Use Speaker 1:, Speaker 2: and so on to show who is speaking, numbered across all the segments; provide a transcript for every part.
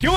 Speaker 1: ¿Qué hubo?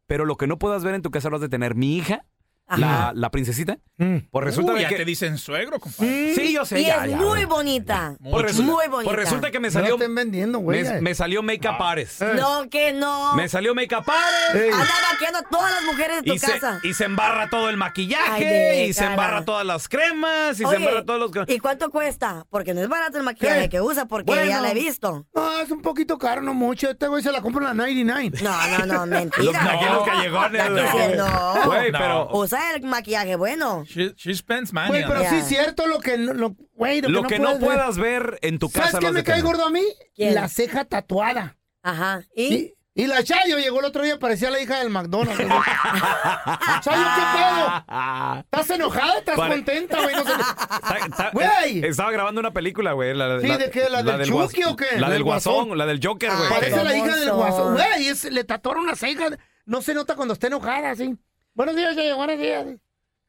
Speaker 1: Pero lo que no puedas ver en tu casa lo has de tener mi hija,
Speaker 2: Ajá.
Speaker 1: la, la princesita.
Speaker 3: Mm.
Speaker 1: Pues resulta
Speaker 4: Uh,
Speaker 1: de
Speaker 4: ya
Speaker 1: que.
Speaker 4: te dicen suegro, compadre.
Speaker 1: Sí, yo sé.
Speaker 2: y
Speaker 1: ya,
Speaker 2: es
Speaker 1: ya.
Speaker 2: muy bonita.
Speaker 1: Pues
Speaker 4: Muy
Speaker 1: resulta-
Speaker 2: muy bonita.
Speaker 1: Pues resulta que me
Speaker 3: No
Speaker 1: salió.
Speaker 3: estén vendiendo, güey. Ah.
Speaker 1: me, me salió Makeup Artist.
Speaker 2: No, que no.
Speaker 1: Eh. Me salió Makeup Artist.
Speaker 3: Ey.
Speaker 2: Anda vaqueando a todas las mujeres de tu
Speaker 1: Y se,
Speaker 2: casa.
Speaker 1: y se embarra todo el maquillaje,
Speaker 2: Ay, de
Speaker 1: y se
Speaker 2: cara.
Speaker 1: embarra todas las cremas, y
Speaker 2: Oye,
Speaker 1: se embarra todos los... Eh.
Speaker 2: ¿Y cuánto cuesta? Porque no es barato el maquillaje
Speaker 3: ¿Qué?
Speaker 2: que usa, porque
Speaker 3: Bueno.
Speaker 2: ya la he visto.
Speaker 3: No, es un poquito caro, no mucho. Este güey se la compra en la 99.
Speaker 2: No, no, no,
Speaker 1: Los,
Speaker 2: mentira.
Speaker 1: aquí los callejones.
Speaker 2: Está
Speaker 1: güey.
Speaker 2: diciendo, no.
Speaker 1: Güey,
Speaker 4: No.
Speaker 1: pero
Speaker 2: Usa el maquillaje bueno.
Speaker 4: She, she spends money.
Speaker 3: Güey,
Speaker 4: on
Speaker 3: pero
Speaker 4: it.
Speaker 2: Ya.
Speaker 3: sí es cierto lo que no, lo, güey, lo,
Speaker 1: lo que no
Speaker 3: puedes ver.
Speaker 1: puedas ver en tu casa...
Speaker 3: ¿Sabes qué
Speaker 1: los
Speaker 3: me cae gordo a mí?
Speaker 2: ¿Quién?
Speaker 3: La ceja tatuada.
Speaker 2: Ajá.
Speaker 3: Y,
Speaker 2: ¿Y?
Speaker 3: y la Chayo llegó el otro día, parecía la hija del McDonald's. Chayo, ¿qué pedo? ¿Estás enojada? ¿Estás
Speaker 1: Pare-
Speaker 3: contenta, güey? No sé. Güey.
Speaker 1: Güey. Estaba grabando una película, güey. La,
Speaker 3: Sí, ¿de qué? ¿La del
Speaker 1: guas-
Speaker 3: Chucky o qué?
Speaker 1: La
Speaker 3: ¿La
Speaker 1: del
Speaker 3: del
Speaker 1: guasón,
Speaker 3: guasón?
Speaker 1: la del Joker,
Speaker 2: Ah,
Speaker 1: güey.
Speaker 3: Parece la hija del guaso.
Speaker 2: Hermoso.
Speaker 3: Güey, es- le tatuaron una ceja. No se nota cuando está enojada, sí. Buenos días, Chayo, buenos días.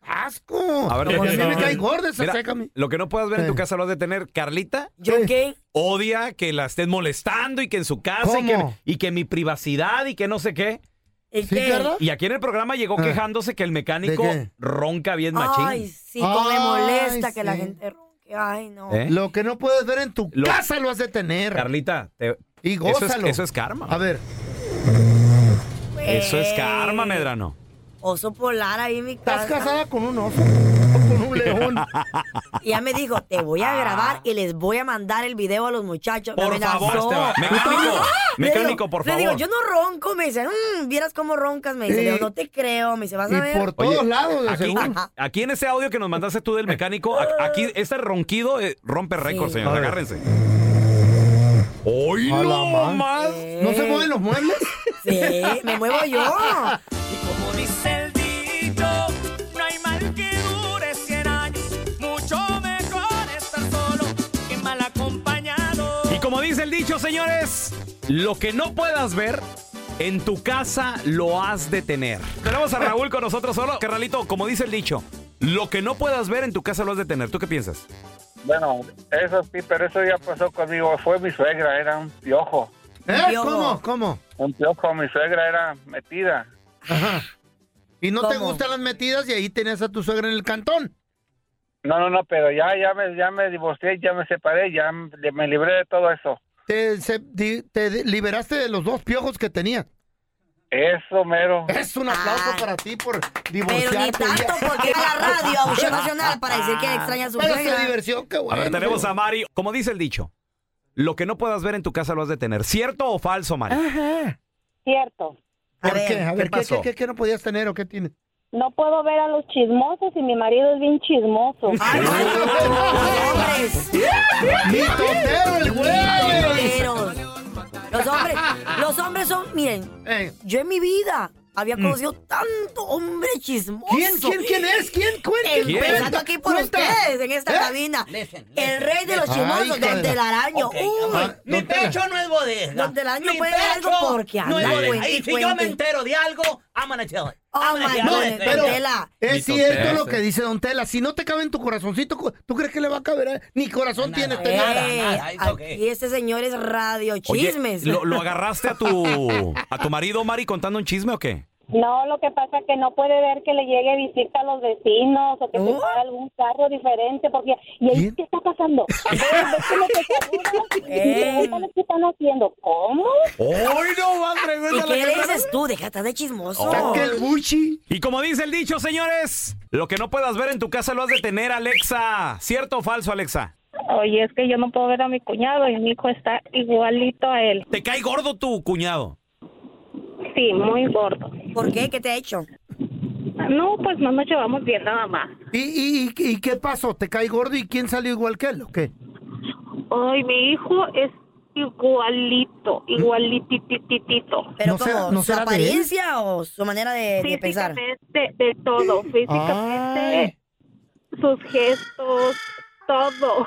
Speaker 3: ¡Asco!
Speaker 1: A ver,
Speaker 3: Como
Speaker 1: ¿de
Speaker 3: a
Speaker 1: qué
Speaker 3: mí
Speaker 1: son?
Speaker 3: me cae gorda esa
Speaker 1: Mira,
Speaker 3: ceja. mi-
Speaker 1: Lo que no puedas ver en tu
Speaker 3: Sí.
Speaker 1: casa lo has de tener. Carlita
Speaker 2: ¿Yo
Speaker 3: Sí.
Speaker 2: qué?
Speaker 1: odia que la estés molestando y que en su casa y que,
Speaker 3: ¿Cómo?
Speaker 1: y que mi privacidad y que no sé qué.
Speaker 2: ¿Y
Speaker 3: ¿Sí,
Speaker 2: qué?
Speaker 3: Carla?
Speaker 1: Y aquí en el programa llegó
Speaker 3: Ah.
Speaker 1: quejándose que el mecánico
Speaker 3: ¿De qué?
Speaker 1: ronca bien machín.
Speaker 2: Ay, sí, cómo me
Speaker 3: Ay,
Speaker 2: molesta que la
Speaker 3: sí.
Speaker 2: gente ronque. Ay, no.
Speaker 1: ¿Eh?
Speaker 3: Lo que no puedes ver en tu
Speaker 1: Lo-
Speaker 3: casa lo has de tener.
Speaker 1: Carlita, te-
Speaker 3: y
Speaker 1: eso, es,
Speaker 3: gózalo.
Speaker 1: eso es karma.
Speaker 3: A ver,
Speaker 1: Eh, Eso es
Speaker 2: Güey.
Speaker 1: karma, Medrano.
Speaker 2: Oso polar ahí en mi casa.
Speaker 3: estás casada con un oso o con un león.
Speaker 2: Y ya me dijo, te voy a grabar y les voy a mandar el video a los muchachos. Me
Speaker 1: Por
Speaker 2: amenazó.
Speaker 1: favor, Esteban. Mecánico,
Speaker 2: Le digo-
Speaker 1: mecánico, por
Speaker 2: Le digo,
Speaker 1: favor.
Speaker 2: yo no ronco. Me dice, "Mm, vieras cómo roncas. Me dice,
Speaker 3: Sí.
Speaker 2: le digo, no te creo. Me dice, vas a
Speaker 3: y
Speaker 2: ver.
Speaker 3: por todos
Speaker 1: Oye,
Speaker 3: lados, de
Speaker 1: Aquí,
Speaker 3: seguro.
Speaker 1: aquí en ese audio que nos mandaste tú del mecánico, a- aquí este ronquido eh, rompe récord,
Speaker 2: Sí.
Speaker 1: señor.
Speaker 3: A ver.
Speaker 1: Agárrense. ¡Hoy
Speaker 3: A la madre.
Speaker 1: no más!
Speaker 3: ¿No se mueven los muebles?
Speaker 2: Sí, me muevo yo.
Speaker 5: Y como dice el dicho, no hay mal que dure 100 años. Mucho mejor estar solo que mal acompañado.
Speaker 1: Y como dice el dicho, señores, lo que no puedas ver, en tu casa lo has de tener. Tenemos a Raúl con nosotros solo. Carnalito, como dice el dicho, lo que no puedas ver, en tu casa lo has de tener. ¿Tú qué piensas?
Speaker 6: Bueno, eso sí, pero eso ya pasó conmigo. Fue mi suegra, era un piojo.
Speaker 3: ¿Eh?
Speaker 2: Yo.
Speaker 3: ¿Cómo? ¿Cómo?
Speaker 6: Un piojo, mi suegra era metida.
Speaker 3: Ajá. Y no te
Speaker 2: ¿Cómo?
Speaker 3: gustan las metidas y ahí tenías a tu suegra en el cantón.
Speaker 6: No, no, no, pero ya, ya me, ya me divorcié, ya me separé, ya me me libré de todo eso.
Speaker 3: Te, se- di- te de- liberaste de los dos piojos que tenías.
Speaker 6: Eso, mero.
Speaker 3: Es un aplauso
Speaker 2: Ay.
Speaker 3: para ti por
Speaker 2: Ah. Pero
Speaker 3: divorciarte.
Speaker 2: ni tanto porque era la radio a Unción Nacional para decir que extraña a su
Speaker 3: Pero se
Speaker 2: suegra.
Speaker 3: diversión, qué
Speaker 1: A
Speaker 3: bueno.
Speaker 1: ver, tenemos
Speaker 3: pero-
Speaker 1: a Mari. Como dice el dicho, lo que no puedas ver en tu casa lo has de tener. ¿Cierto o falso, Mari?
Speaker 3: Ajá.
Speaker 7: Cierto.
Speaker 2: A
Speaker 3: ¿Por
Speaker 2: ver,
Speaker 3: qué? A ver, ¿qué,
Speaker 1: pasó?
Speaker 3: qué- qué- qué no podías tener o qué tienes?
Speaker 7: No puedo ver a los chismosos y mi marido es bien chismoso.
Speaker 2: Ay, no, los hombres,
Speaker 3: ¡Mitotero el güey!
Speaker 2: solteros. Los hombres, los hombres son, miren,
Speaker 3: Eh,
Speaker 2: yo en mi vida había conocido tanto hombre chismoso.
Speaker 3: Mm. ¿Quién, quién, quién es? ¿Quién? ¿Quién? ¿Quién?
Speaker 2: Empezando aquí por
Speaker 3: Cuenta.
Speaker 2: ustedes en esta
Speaker 3: ¿Eh?
Speaker 2: cabina. El rey de los
Speaker 3: Ay,
Speaker 2: chismosos,
Speaker 3: hija de
Speaker 2: don
Speaker 3: la-
Speaker 2: Telaraño.
Speaker 3: Ah,
Speaker 2: Uy,
Speaker 3: don Tela.
Speaker 8: no es bodega.
Speaker 2: don Telaraño puede ver algo porque anda, cuente y cuente.
Speaker 8: entero de algo, I'm gonna tell it.
Speaker 2: Oh my
Speaker 3: No,
Speaker 2: God,
Speaker 3: pero
Speaker 2: don Tela.
Speaker 3: es
Speaker 4: Don
Speaker 3: cierto
Speaker 4: Tela,
Speaker 3: lo
Speaker 4: sí.
Speaker 3: que dice Don Tela. Si no te cabe en tu corazoncito, cu- ¿tú crees que le va a caber? a- Ni corazón tiene este
Speaker 2: Eh,
Speaker 3: nada.
Speaker 8: nada, it's okay.
Speaker 2: aquí este señor es radio
Speaker 1: Oye,
Speaker 2: chismes.
Speaker 1: ¿lo, lo agarraste a tu a tu marido, Mari, contando un chisme o qué?
Speaker 7: No, lo que pasa es que no puede ver que le llegue visita a los vecinos o que se
Speaker 2: Oh.
Speaker 7: para algún carro diferente porque ¿y ahí
Speaker 3: ¿Quién?
Speaker 7: qué está pasando? A ver, ves que me te saludan,
Speaker 2: Ey.
Speaker 7: y
Speaker 9: Eh.
Speaker 7: pregúntales ¿Qué están haciendo? ¿Cómo?
Speaker 1: ¡Ay, no, va
Speaker 2: ¿Y qué le dices tú? Déjate de chismoso.
Speaker 3: Saca el buchi.
Speaker 1: Oh. Y como dice el dicho, señores, lo que no puedas ver en tu casa lo has de tener, Alexa. ¿Cierto o falso, Alexa?
Speaker 7: Oye, es que yo no puedo ver a mi cuñado y mi hijo está igualito a él.
Speaker 1: Te cae gordo tu cuñado.
Speaker 7: Sí, muy gordo.
Speaker 2: ¿Por qué? ¿Qué te ha hecho?
Speaker 7: No, pues no nos llevamos bien nada más.
Speaker 3: ¿Y, y, y, y qué pasó? ¿Te cae gordo y quién salió igual que él o qué?
Speaker 7: Ay, mi hijo es igualito, igualitititito.
Speaker 2: ¿Pero
Speaker 3: No
Speaker 2: cómo?
Speaker 3: será- no
Speaker 2: ¿Su
Speaker 3: será de él?
Speaker 2: apariencia o su manera de, de pensar?
Speaker 7: Físicamente, de todo, físicamente,
Speaker 3: Ay.
Speaker 7: sus gestos, todo.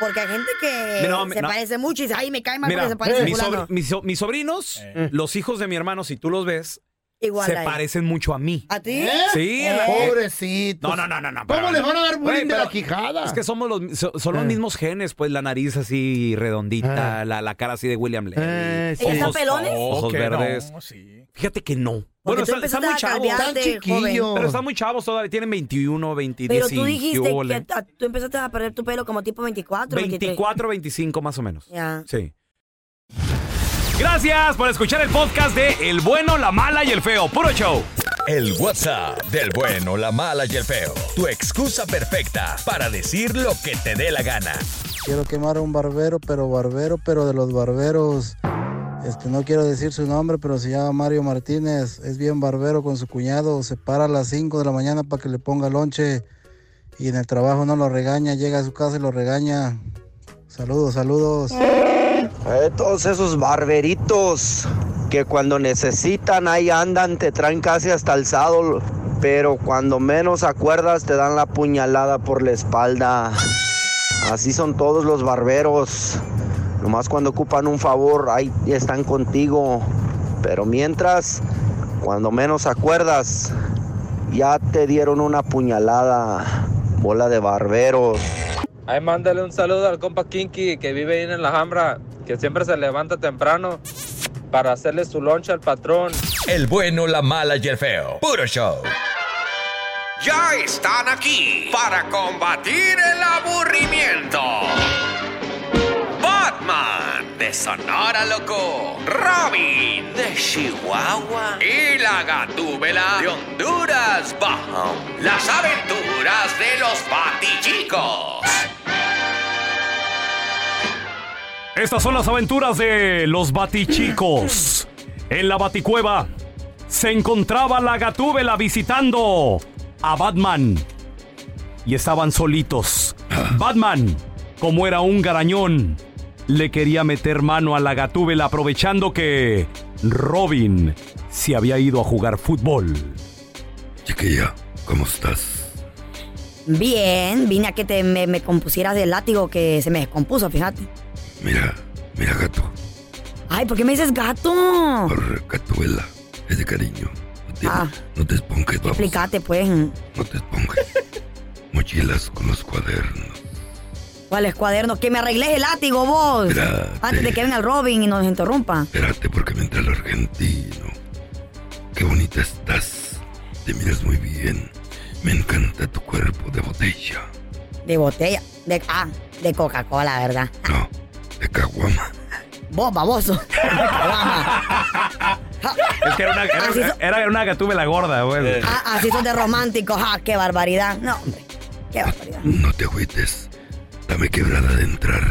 Speaker 2: Porque hay gente que
Speaker 1: Mira, no,
Speaker 2: se
Speaker 1: no.
Speaker 2: parece mucho y dice, ay, me cae mal
Speaker 1: Mira,
Speaker 2: porque se parece a
Speaker 1: mis,
Speaker 2: fulano".
Speaker 1: sobr- mis so- mis sobrinos,
Speaker 3: Eh.
Speaker 1: los hijos de mi hermano, si tú los ves,
Speaker 2: Igual
Speaker 1: se
Speaker 2: a él.
Speaker 1: parecen mucho a mí.
Speaker 2: ¿A ti?
Speaker 1: Sí,
Speaker 2: Eh.
Speaker 1: la-
Speaker 3: Pobrecitos.
Speaker 1: No, no, no, no, no.
Speaker 3: Oh, ¿Cómo
Speaker 1: pero-
Speaker 3: les van a dar bullying
Speaker 1: Güey,
Speaker 3: de
Speaker 1: pero
Speaker 3: la quijada? Eh.
Speaker 1: Es que somos los, so- son los mismos genes, pues la nariz así redondita, la, la cara así de William Levy.
Speaker 3: Ah. Eh, sí.
Speaker 2: ¿Ellos están
Speaker 1: Ojos-
Speaker 2: pelones?
Speaker 1: Ojos
Speaker 5: que
Speaker 1: verdes.
Speaker 5: No, sí.
Speaker 1: Fíjate que no.
Speaker 2: Porque
Speaker 1: Bueno,
Speaker 2: tú
Speaker 1: están, están
Speaker 2: empezaste
Speaker 1: muy
Speaker 2: a
Speaker 1: chavos.
Speaker 2: calvearte,
Speaker 3: Tan chiquillo.
Speaker 2: joven.
Speaker 1: Pero están muy chavos todavía, tienen 21, 25.
Speaker 2: Pero tú dijiste que a- tú empezaste a perder tu pelo como tipo 24, 23.
Speaker 1: 24, 25 más o menos.
Speaker 2: Ya.
Speaker 1: Sí. Gracias por escuchar el podcast de El Bueno, la Mala y el Feo. Puro show.
Speaker 10: El WhatsApp del bueno, la mala y el feo. Tu excusa perfecta para decir lo que te dé la gana.
Speaker 11: Quiero quemar a un barbero, pero barbero, pero de los barberos. Este, no quiero decir su nombre, pero se llama Mario Martínez. Es bien barbero con su cuñado. Se para a las 5 de la mañana para que le ponga lonche. Y en el trabajo no lo regaña. Llega a su casa y lo regaña. Saludos, saludos.
Speaker 12: Eh, todos esos barberitos que cuando necesitan ahí andan, te traen casi hasta alzado, pero cuando menos acuerdas te dan la puñalada por la espalda. Así son todos los barberos. Nomás cuando ocupan un favor, ahí están contigo. Pero mientras, cuando menos acuerdas, ya te dieron una puñalada. Bola de barberos.
Speaker 11: Ahí mándale un saludo al compa Kinky que vive ahí en la Alhambra, que siempre se levanta temprano para hacerle su loncha al patrón.
Speaker 10: El bueno, la mala y el feo. Puro show.
Speaker 13: Ya están aquí para combatir el aburrimiento. Batman de Sonora Loco, Robin de Chihuahua y la Gatúbela de Honduras Bajo. Las aventuras de los patichicos.
Speaker 1: Estas son las aventuras de los batichicos. En la baticueva se encontraba la gatúbela visitando a Batman. Y estaban solitos. Batman, como era un garañón, le quería meter mano a la gatúbela aprovechando que Robin se había ido a jugar fútbol.
Speaker 10: Chiquilla, ¿cómo estás?
Speaker 2: Bien, vine a que te, me, me compusieras del látigo que se me descompuso, fíjate.
Speaker 10: Mira, mira gato.
Speaker 2: Ay, ¿por qué me dices gato?
Speaker 10: Por Catuela. Es de cariño. No te,
Speaker 2: Ah.
Speaker 10: no te esponjes, vamos.
Speaker 2: Explícate, pues.
Speaker 10: No te esponjes. Mochilas con los cuadernos.
Speaker 2: ¿Cuál es cuaderno? Que me arregles el látigo, vos.
Speaker 10: Espérate.
Speaker 2: Antes de que venga el Robin y nos interrumpa.
Speaker 10: Espérate porque me entra el argentino. Qué bonita estás. Te miras muy bien. Me encanta tu cuerpo de botella.
Speaker 2: De botella. De, ah, de Coca-Cola, ¿verdad?
Speaker 10: No, de caguama.
Speaker 2: Vos, baboso.
Speaker 1: Es que era una,
Speaker 2: Así so-
Speaker 1: gatúbela gorda, güey.
Speaker 2: Ah, así son de románticos. Ah, qué barbaridad. No, hombre. Qué barbaridad.
Speaker 10: No te agüites. Dame quebrada de entrar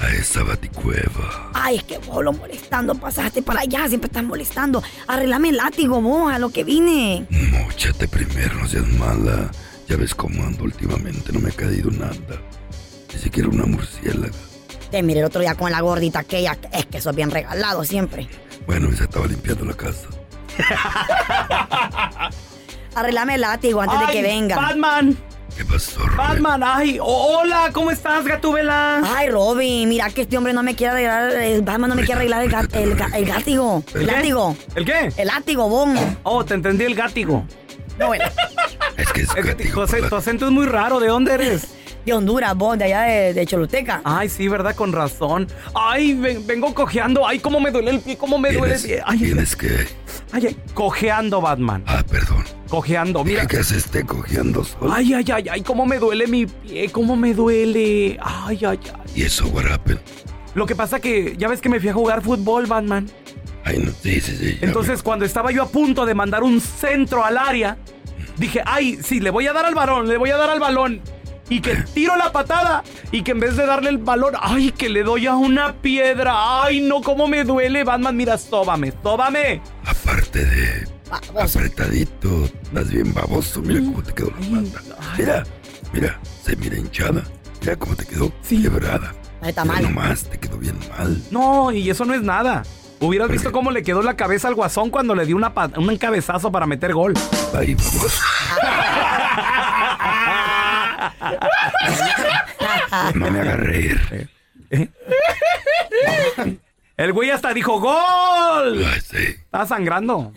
Speaker 10: a esa baticueva.
Speaker 2: Ay, es que vos lo molestando. Pasaste para allá. Siempre estás molestando. Arreglame el látigo, vos, a lo que vine.
Speaker 10: Móchate primero, no seas mala. Ya ves cómo ando últimamente, no me ha caído nada. Ni siquiera una murciélaga.
Speaker 2: Te miré el otro día con la gordita aquella. Es que sos bien regalado siempre.
Speaker 10: Bueno, se estaba limpiando la casa.
Speaker 2: Arreglame el látigo antes de que venga.
Speaker 1: Batman,
Speaker 10: ¿Qué pasó, Rubén?
Speaker 1: Batman, ay, hola, ¿cómo estás, gatúbela?
Speaker 2: Ay, Robin, mira que este hombre no me quiere arreglar, el Batman no me quiere arreglar el, gat- el, ga- el látigo. El látigo.
Speaker 1: ¿El qué?
Speaker 2: El látigo, bon.
Speaker 1: Oh, te entendí el gátigo.
Speaker 2: No, bueno,
Speaker 10: Es que es
Speaker 1: Es que
Speaker 10: gatito,
Speaker 1: tu, acento,
Speaker 10: la-
Speaker 1: tu acento es muy raro, ¿de dónde eres?
Speaker 2: de Honduras, bon, de allá de, de Choluteca.
Speaker 3: Ah,
Speaker 1: Ay, sí, ¿verdad? Con razón. Ay, ven- vengo cojeando. Ay, cómo me duele el pie, cómo me duele el
Speaker 10: ¿Tienes,
Speaker 1: pie. Ay,
Speaker 10: tienes que...
Speaker 1: ay, ay. Cojeando, Batman.
Speaker 10: eh. Ah, perdón.
Speaker 1: Cojeando, mira.
Speaker 10: Mira que se esté cogiendo solo.
Speaker 1: Ay, ay, ay, ay, cómo me duele mi pie, cómo me duele. Ay, ay, ay.
Speaker 10: Y eso, guarapen.
Speaker 1: Lo que pasa que ya ves que me fui a jugar fútbol, Batman.
Speaker 10: Ay, no, sí, sí, sí. ya
Speaker 1: Entonces, cuando estaba yo a punto de mandar un centro al área, dije, ay, sí, le voy a dar al balón, le voy a dar al balón. Y que tiro la patada y que en vez de darle el balón, ay, que le doy a una piedra. Ay, no, cómo me duele, Batman. Mira, sóbame, sóbame.
Speaker 10: me- Aparte de
Speaker 2: Vamos.
Speaker 10: apretadito, estás bien baboso.
Speaker 1: Mm.
Speaker 10: Mira cómo te quedó la pata. Mira, mira, se mira hinchada. Mira cómo te quedó
Speaker 1: Sí.
Speaker 10: quebrada.
Speaker 2: Está
Speaker 10: Mira
Speaker 2: mal.
Speaker 10: nomás, te quedó bien mal.
Speaker 1: No, y eso no es nada. Hubieras visto cómo le quedó la cabeza al guasón cuando le di una pa- un cabezazo para meter gol.
Speaker 10: Ahí, baboso. No me haga reír.
Speaker 1: ¿Eh? El güey hasta dijo gol.
Speaker 10: Ah,
Speaker 1: Está sangrando.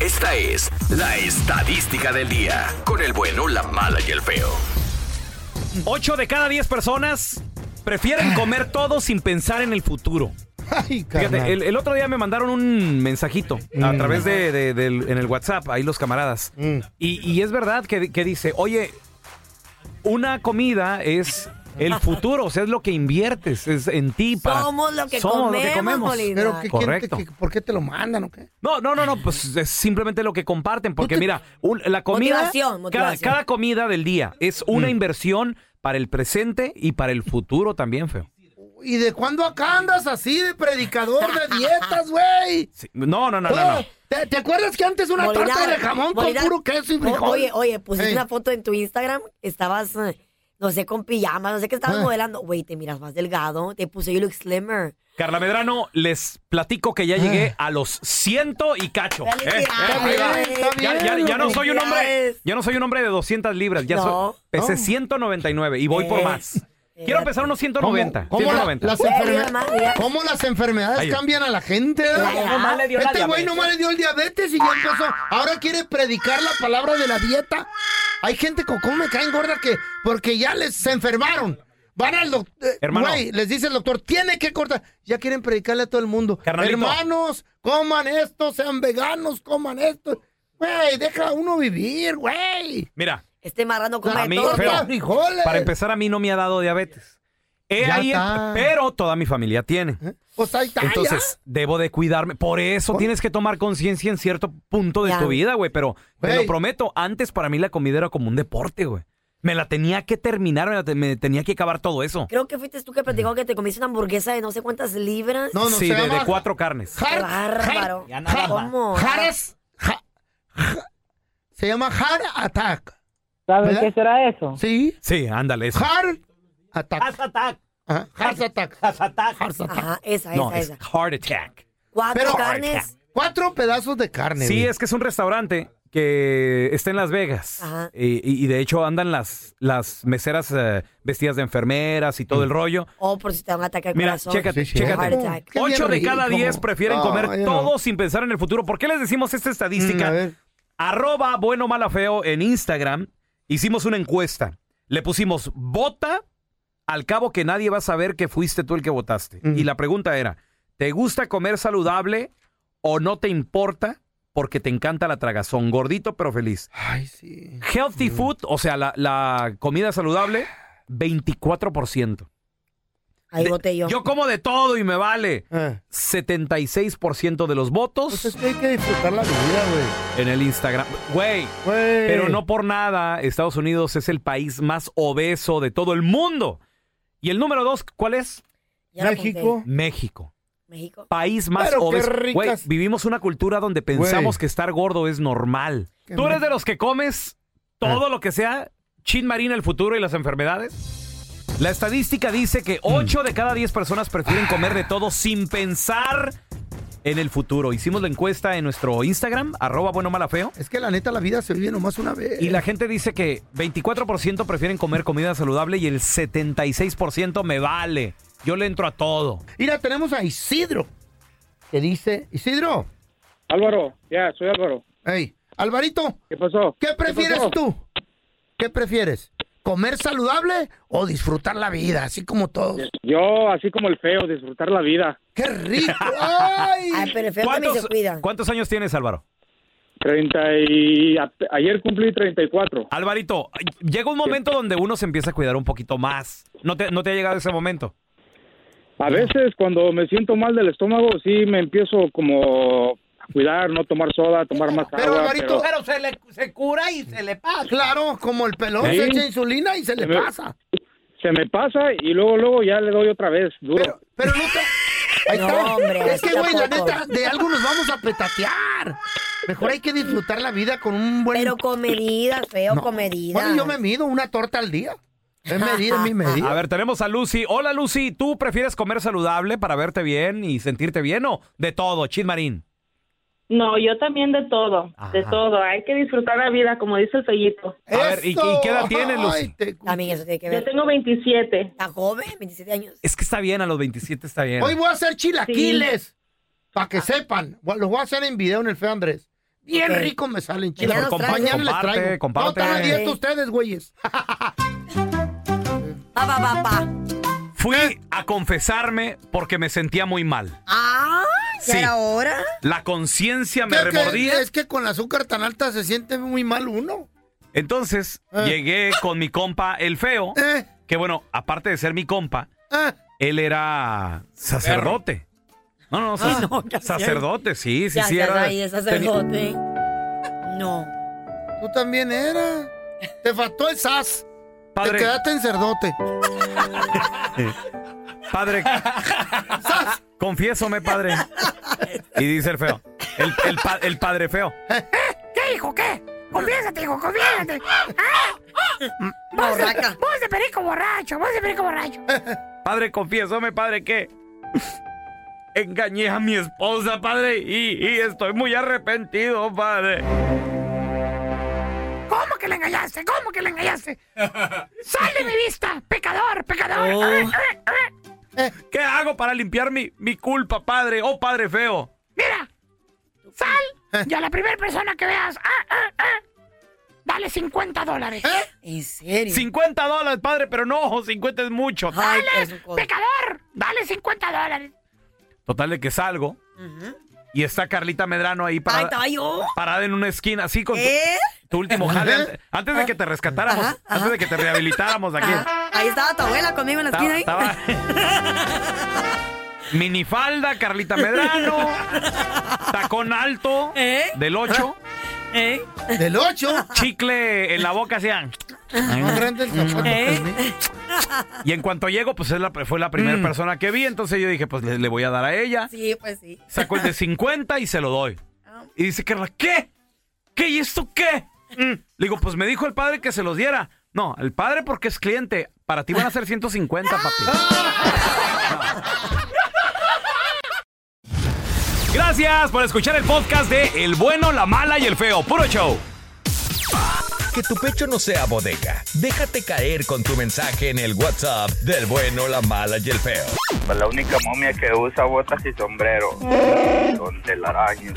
Speaker 5: Esta es la estadística del día. Con el bueno, la mala y el feo.
Speaker 1: 8 de cada 10 personas prefieren comer todo sin pensar en el futuro. Fíjate, el, el otro día me mandaron un mensajito a
Speaker 9: Mm.
Speaker 1: través de, de- del- en el WhatsApp, ahí los camaradas.
Speaker 3: Mm.
Speaker 1: Y, y es verdad que, que dice, oye, una comida es el futuro, o sea, es lo que inviertes, es en ti. Para,
Speaker 2: Somos lo que comemos, Molina.
Speaker 3: Pero ¿qué, quién te-
Speaker 1: Correcto.
Speaker 3: qué- ¿por qué te lo mandan o qué?
Speaker 1: No, no, no, no, pues es simplemente lo que comparten, porque mira, un- la comida,
Speaker 3: Motivación,
Speaker 1: cada-
Speaker 3: motivación.
Speaker 1: Cada, comida del día es una
Speaker 3: Mm.
Speaker 1: inversión para el presente y para el futuro también, feo.
Speaker 3: ¿Y de cuándo acá andas así de predicador de dietas, güey?
Speaker 1: Sí, No, no, no, no, no.
Speaker 3: ¿Te, te acuerdas que antes una
Speaker 2: Molina,
Speaker 3: tarta de jamón
Speaker 2: Molina,
Speaker 3: con puro queso y frijol?
Speaker 2: Oye, oye, pusiste
Speaker 3: Ey.
Speaker 2: una foto en tu Instagram, estabas, eh, no sé, con pijama, no sé qué
Speaker 3: Ah.
Speaker 2: estabas modelando. Güey, te miras más delgado, te puse you look slimmer.
Speaker 1: Carla Medrano, les platico que ya llegué
Speaker 3: Ah.
Speaker 1: a los ciento y cacho.
Speaker 2: Felicidades,
Speaker 1: Eh, ahí va.
Speaker 2: está
Speaker 1: Ya-
Speaker 2: bien,
Speaker 1: ya- ya no soy un hombre,
Speaker 2: felicidades.
Speaker 1: ya no soy un hombre de 200 libras, ya
Speaker 2: No.
Speaker 1: soy, pesé
Speaker 2: No.
Speaker 1: 199 y voy por
Speaker 2: Eh,
Speaker 1: más. Quiero empezar unos 190.
Speaker 3: ¿Cómo, la-
Speaker 1: 190.
Speaker 3: las, enfermedades- cómo las enfermedades
Speaker 1: Ahí.
Speaker 3: cambian a la gente? eh?
Speaker 1: Claro, nomás le dio la
Speaker 3: este güey
Speaker 1: diabetes.
Speaker 3: nomás le dio el diabetes y ya empezó. Ahora quiere predicar la palabra de la dieta. Hay gente con cómo me caen gorda que porque ya les se enfermaron. Van al doctor.
Speaker 1: Hermano.
Speaker 3: les dice el doctor, tiene que cortar. Ya quieren predicarle a todo el mundo.
Speaker 1: Carnalito.
Speaker 3: Hermanos, coman esto, sean veganos, coman esto. Güey, deja a uno vivir, güey.
Speaker 1: Mira,
Speaker 2: Este marrano come
Speaker 1: a
Speaker 2: de
Speaker 1: mí,
Speaker 2: todo.
Speaker 1: feo,
Speaker 3: frijoles.
Speaker 1: para empezar a mí no me ha dado diabetes. He
Speaker 3: Ya
Speaker 1: ahí el-
Speaker 3: está.
Speaker 1: pero toda mi familia tiene.
Speaker 2: ¿Eh?
Speaker 3: Pues ahí está,
Speaker 1: Entonces, debo de cuidarme. Por eso tienes que tomar conciencia en cierto punto de
Speaker 3: Ya.
Speaker 1: tu vida, güey. Pero te
Speaker 3: Güey.
Speaker 1: lo prometo, antes para mí la comida era como un deporte, güey. Me la tenía que terminar, me, la te- me tenía que acabar todo eso.
Speaker 2: Creo que fuiste tú que platicó que te comiste una hamburguesa de no sé cuántas libras.
Speaker 1: sí, de, de cuatro carnes.
Speaker 2: Qué bárbaro. ¿Cómo?
Speaker 3: Jaras. ja- ja- se llama Heart Attack.
Speaker 1: ¿Sabes
Speaker 3: ¿Verdad?
Speaker 1: qué
Speaker 3: será eso? Sí.
Speaker 1: Sí, ándale. eso.
Speaker 3: Heart Attack. Heart
Speaker 1: Attack.
Speaker 3: Heart Attack.
Speaker 8: Heart Attack.
Speaker 2: Ajá, esa,
Speaker 1: No,
Speaker 2: esa,
Speaker 1: es
Speaker 2: esa.
Speaker 1: heart attack.
Speaker 2: Cuatro
Speaker 1: Pero-
Speaker 2: carnes.
Speaker 3: Cuatro pedazos de carne.
Speaker 1: Sí,
Speaker 3: güey.
Speaker 1: es que es un restaurante que está en Las Vegas.
Speaker 2: Ajá.
Speaker 1: Y, y- y de hecho andan las, las meseras eh, vestidas de enfermeras y
Speaker 3: Mm.
Speaker 1: todo el rollo.
Speaker 2: O Oh, por si te van a atacar el
Speaker 1: Mira,
Speaker 2: corazón.
Speaker 1: chécate,
Speaker 2: Heart
Speaker 1: chécate.
Speaker 2: attack.
Speaker 1: Ocho de cada
Speaker 2: rico.
Speaker 1: diez prefieren
Speaker 2: No,
Speaker 1: comer
Speaker 2: yo no.
Speaker 1: todo sin pensar en el futuro. ¿Por qué les decimos esta
Speaker 3: Mm, a
Speaker 1: estadística?
Speaker 3: ver.
Speaker 1: Arroba bueno, mala, feo en Instagram. Hicimos una encuesta. Le pusimos vota al cabo que nadie va a saber que fuiste tú el que votaste.
Speaker 3: Mm.
Speaker 1: Y la pregunta era, ¿te gusta comer saludable o no te importa porque te encanta la tragazón? Gordito pero feliz.
Speaker 3: Ay, sí. Mm.
Speaker 1: Healthy food, o sea, la, la comida saludable, 24%.
Speaker 2: Ahí
Speaker 1: De-
Speaker 2: voté yo.
Speaker 1: Yo como de todo y me vale. 76% de los votos. Pues
Speaker 3: hay que disfrutar la vida,
Speaker 1: güey. En el Instagram. Güey. Pero no por nada, Estados Unidos es el país más obeso de todo el mundo. ¿Y el número dos, cuál es?
Speaker 2: Ya lo México. apunté.
Speaker 1: México.
Speaker 2: México.
Speaker 1: País más
Speaker 2: Pero qué
Speaker 1: obeso.
Speaker 2: ricas.
Speaker 1: Güey, vivimos una cultura donde pensamos que estar gordo es normal.
Speaker 2: Qué
Speaker 1: ¿Tú eres
Speaker 2: mal.
Speaker 1: de los que comes
Speaker 5: Ah.
Speaker 1: todo lo que sea? Chin Marina, el futuro y las enfermedades. La estadística dice que 8 de cada 10 personas prefieren comer de todo sin pensar en el futuro. Hicimos la encuesta en nuestro Instagram, arroba bueno malafeo.
Speaker 3: Es que la neta la vida se vive nomás una vez.
Speaker 1: Y la gente dice que 24% prefieren comer comida saludable y el 76% me vale. Yo le entro a todo.
Speaker 3: Mira, tenemos a Isidro. Que dice, Isidro.
Speaker 14: Álvaro, ya, soy Álvaro.
Speaker 3: Hey, Alvarito.
Speaker 14: ¿Qué pasó?
Speaker 3: ¿Qué prefieres
Speaker 14: pasó?
Speaker 3: tú? ¿Qué prefieres? ¿Comer saludable o disfrutar la vida, así como todos?
Speaker 14: Yo, así como el feo, disfrutar la vida.
Speaker 3: ¡Qué rico! ¡Ay!
Speaker 2: pero el feo también se
Speaker 1: ¿Cuántos,
Speaker 2: cuida.
Speaker 1: Ah. cuántos años tienes, Álvaro?
Speaker 14: 30 y... a- Ayer cumplí 34.
Speaker 1: Alvarito, ay, llega un momento donde uno se empieza a cuidar un poquito más. ¿No te, no te ha llegado ese momento?
Speaker 6: Ah.
Speaker 14: A veces cuando me siento mal del estómago, sí me empiezo como a cuidar, no tomar soda, tomar más
Speaker 3: Pero
Speaker 14: agua.
Speaker 3: Alvarito,
Speaker 14: pero
Speaker 3: se, le, se cura y se le pasa. Eh, Claro, como el pelón
Speaker 14: Sí.
Speaker 3: se echa insulina y se le
Speaker 14: Me-
Speaker 3: pasa.
Speaker 14: se me pasa y luego, luego ya le doy otra vez, duro.
Speaker 3: Ahí
Speaker 14: No,
Speaker 3: está.
Speaker 14: hombre,
Speaker 3: es que,
Speaker 14: así
Speaker 3: güey, la
Speaker 14: tampoco.
Speaker 3: neta, de algo nos vamos a petatear. Mejor hay que disfrutar la vida con un buen...
Speaker 2: Pero con medidas, feo, con medidas.
Speaker 3: Bueno, yo me mido una torta al día. Es medida, mi medida.
Speaker 1: A ver, tenemos a Lucy. Hola, Lucy. ¿Tú prefieres comer saludable para verte bien y sentirte bien o de todo, Chin Marín?
Speaker 9: No, yo también de todo, de
Speaker 1: Ajá.
Speaker 9: todo. Hay que disfrutar la vida, como dice el fellito.
Speaker 1: A ver, ¿y- y qué edad tienes, Lucy? Ay,
Speaker 2: También eso tiene que
Speaker 9: Yo
Speaker 2: ver.
Speaker 9: tengo 27.
Speaker 2: ¿Está joven? 27 años.
Speaker 1: Es que está bien, a los 27 está bien.
Speaker 3: Hoy voy a hacer chilaquiles. Para que sepan. Bueno, Los voy a hacer en video en el Feo Andrés. Bien
Speaker 1: Ok.
Speaker 3: rico me salen
Speaker 1: Ya
Speaker 3: chilaquiles.
Speaker 1: nos traes.
Speaker 3: Mañana les
Speaker 1: Comparte,
Speaker 3: traigo.
Speaker 1: comparte.
Speaker 3: No están a dieta
Speaker 1: Sí.
Speaker 3: ustedes, güeyes.
Speaker 2: Pa, pa, pa, pa.
Speaker 1: Fui a confesarme porque me sentía muy mal.
Speaker 2: Ah,
Speaker 1: Sí.
Speaker 2: ¿ya era hora?
Speaker 1: La conciencia me
Speaker 3: Es que-
Speaker 1: remordía.
Speaker 3: Es que con el azúcar tan alta se siente muy mal uno.
Speaker 1: Entonces llegué con mi compa el feo, que bueno, aparte de ser mi compa, él era sacerdote. No, no, sa-
Speaker 2: Ay, Ah, no, ya sé.
Speaker 1: sacerdote, sí, sí,
Speaker 2: ya
Speaker 1: sí.
Speaker 2: estás
Speaker 1: Era,
Speaker 2: ahí, de
Speaker 1: tenía-
Speaker 2: sacerdote. No.
Speaker 3: Tú también eras. Te faltó el sas.
Speaker 1: Padre.
Speaker 3: Te quedaste en cerdote.
Speaker 1: Padre, confiésome, padre. Y dice el feo, el, el pa- el padre feo.
Speaker 5: ¿Qué, hijo? ¿Qué? Confiésate, hijo, confiésate. Ah, ah. Voz de- Voz de perico borracho, voz de perico borracho.
Speaker 1: Padre, confiésame, padre, que engañé a mi esposa, padre, y, y estoy muy arrepentido, padre.
Speaker 5: ¿Cómo que le engañaste? ¿Cómo que le engañaste? ¡Sal de mi vista! ¡Pecador, pecador!
Speaker 15: Oh.
Speaker 5: Eh, A ver, a ver, a ver.
Speaker 1: ¿Qué hago para limpiar mi, mi culpa, padre? Oh, padre feo.
Speaker 5: Mira,
Speaker 15: Eh.
Speaker 5: sal y a la primera persona que veas, ah, ah, ah, dale 50 dólares.
Speaker 15: Eh.
Speaker 2: ¿En serio?
Speaker 1: 50 dólares, padre, pero no, 50 es mucho.
Speaker 5: Dale, pecador, dale 50 dólares.
Speaker 1: Total de que salgo y está Carlita Medrano ahí
Speaker 5: Ay,
Speaker 1: parada,
Speaker 5: estaba yo.
Speaker 1: parada en una esquina, así con tu-
Speaker 2: ¿Eh?
Speaker 1: tu, último jale. Antes, antes de que te rescatáramos, antes de que te rehabilitáramos de aquí.
Speaker 2: Ahí estaba tu abuela conmigo en la esquina. ¿eh?
Speaker 1: Estaba-
Speaker 2: ahí.
Speaker 1: estaba- Minifalda, Carlita Medrano, tacón alto
Speaker 2: ¿Eh?
Speaker 1: del 8.
Speaker 3: ¿Del 8?
Speaker 1: Chicle en la boca, ah. hacían.
Speaker 2: ¿Eh?
Speaker 1: Y en cuanto llego, pues es la- fue la primera persona que vi, entonces yo dije, pues le, le voy a dar a ella.
Speaker 2: Sí, pues sí.
Speaker 1: Saco el de 50 y se lo doy. Y dice Carla, ¿qué? ¿Qué? ¿Y esto qué? Mm. Le digo, pues me dijo el padre que se los diera. No, el padre porque es cliente. Para ti van a ser 150, papi. Gracias por escuchar el podcast de El Bueno, la Mala y el Feo. Puro show.
Speaker 13: Que tu pecho no sea bodega. Déjate caer con tu mensaje en el WhatsApp del bueno, la mala y el feo.
Speaker 6: Pues La única momia que usa botas y sombrero. Don telaraño.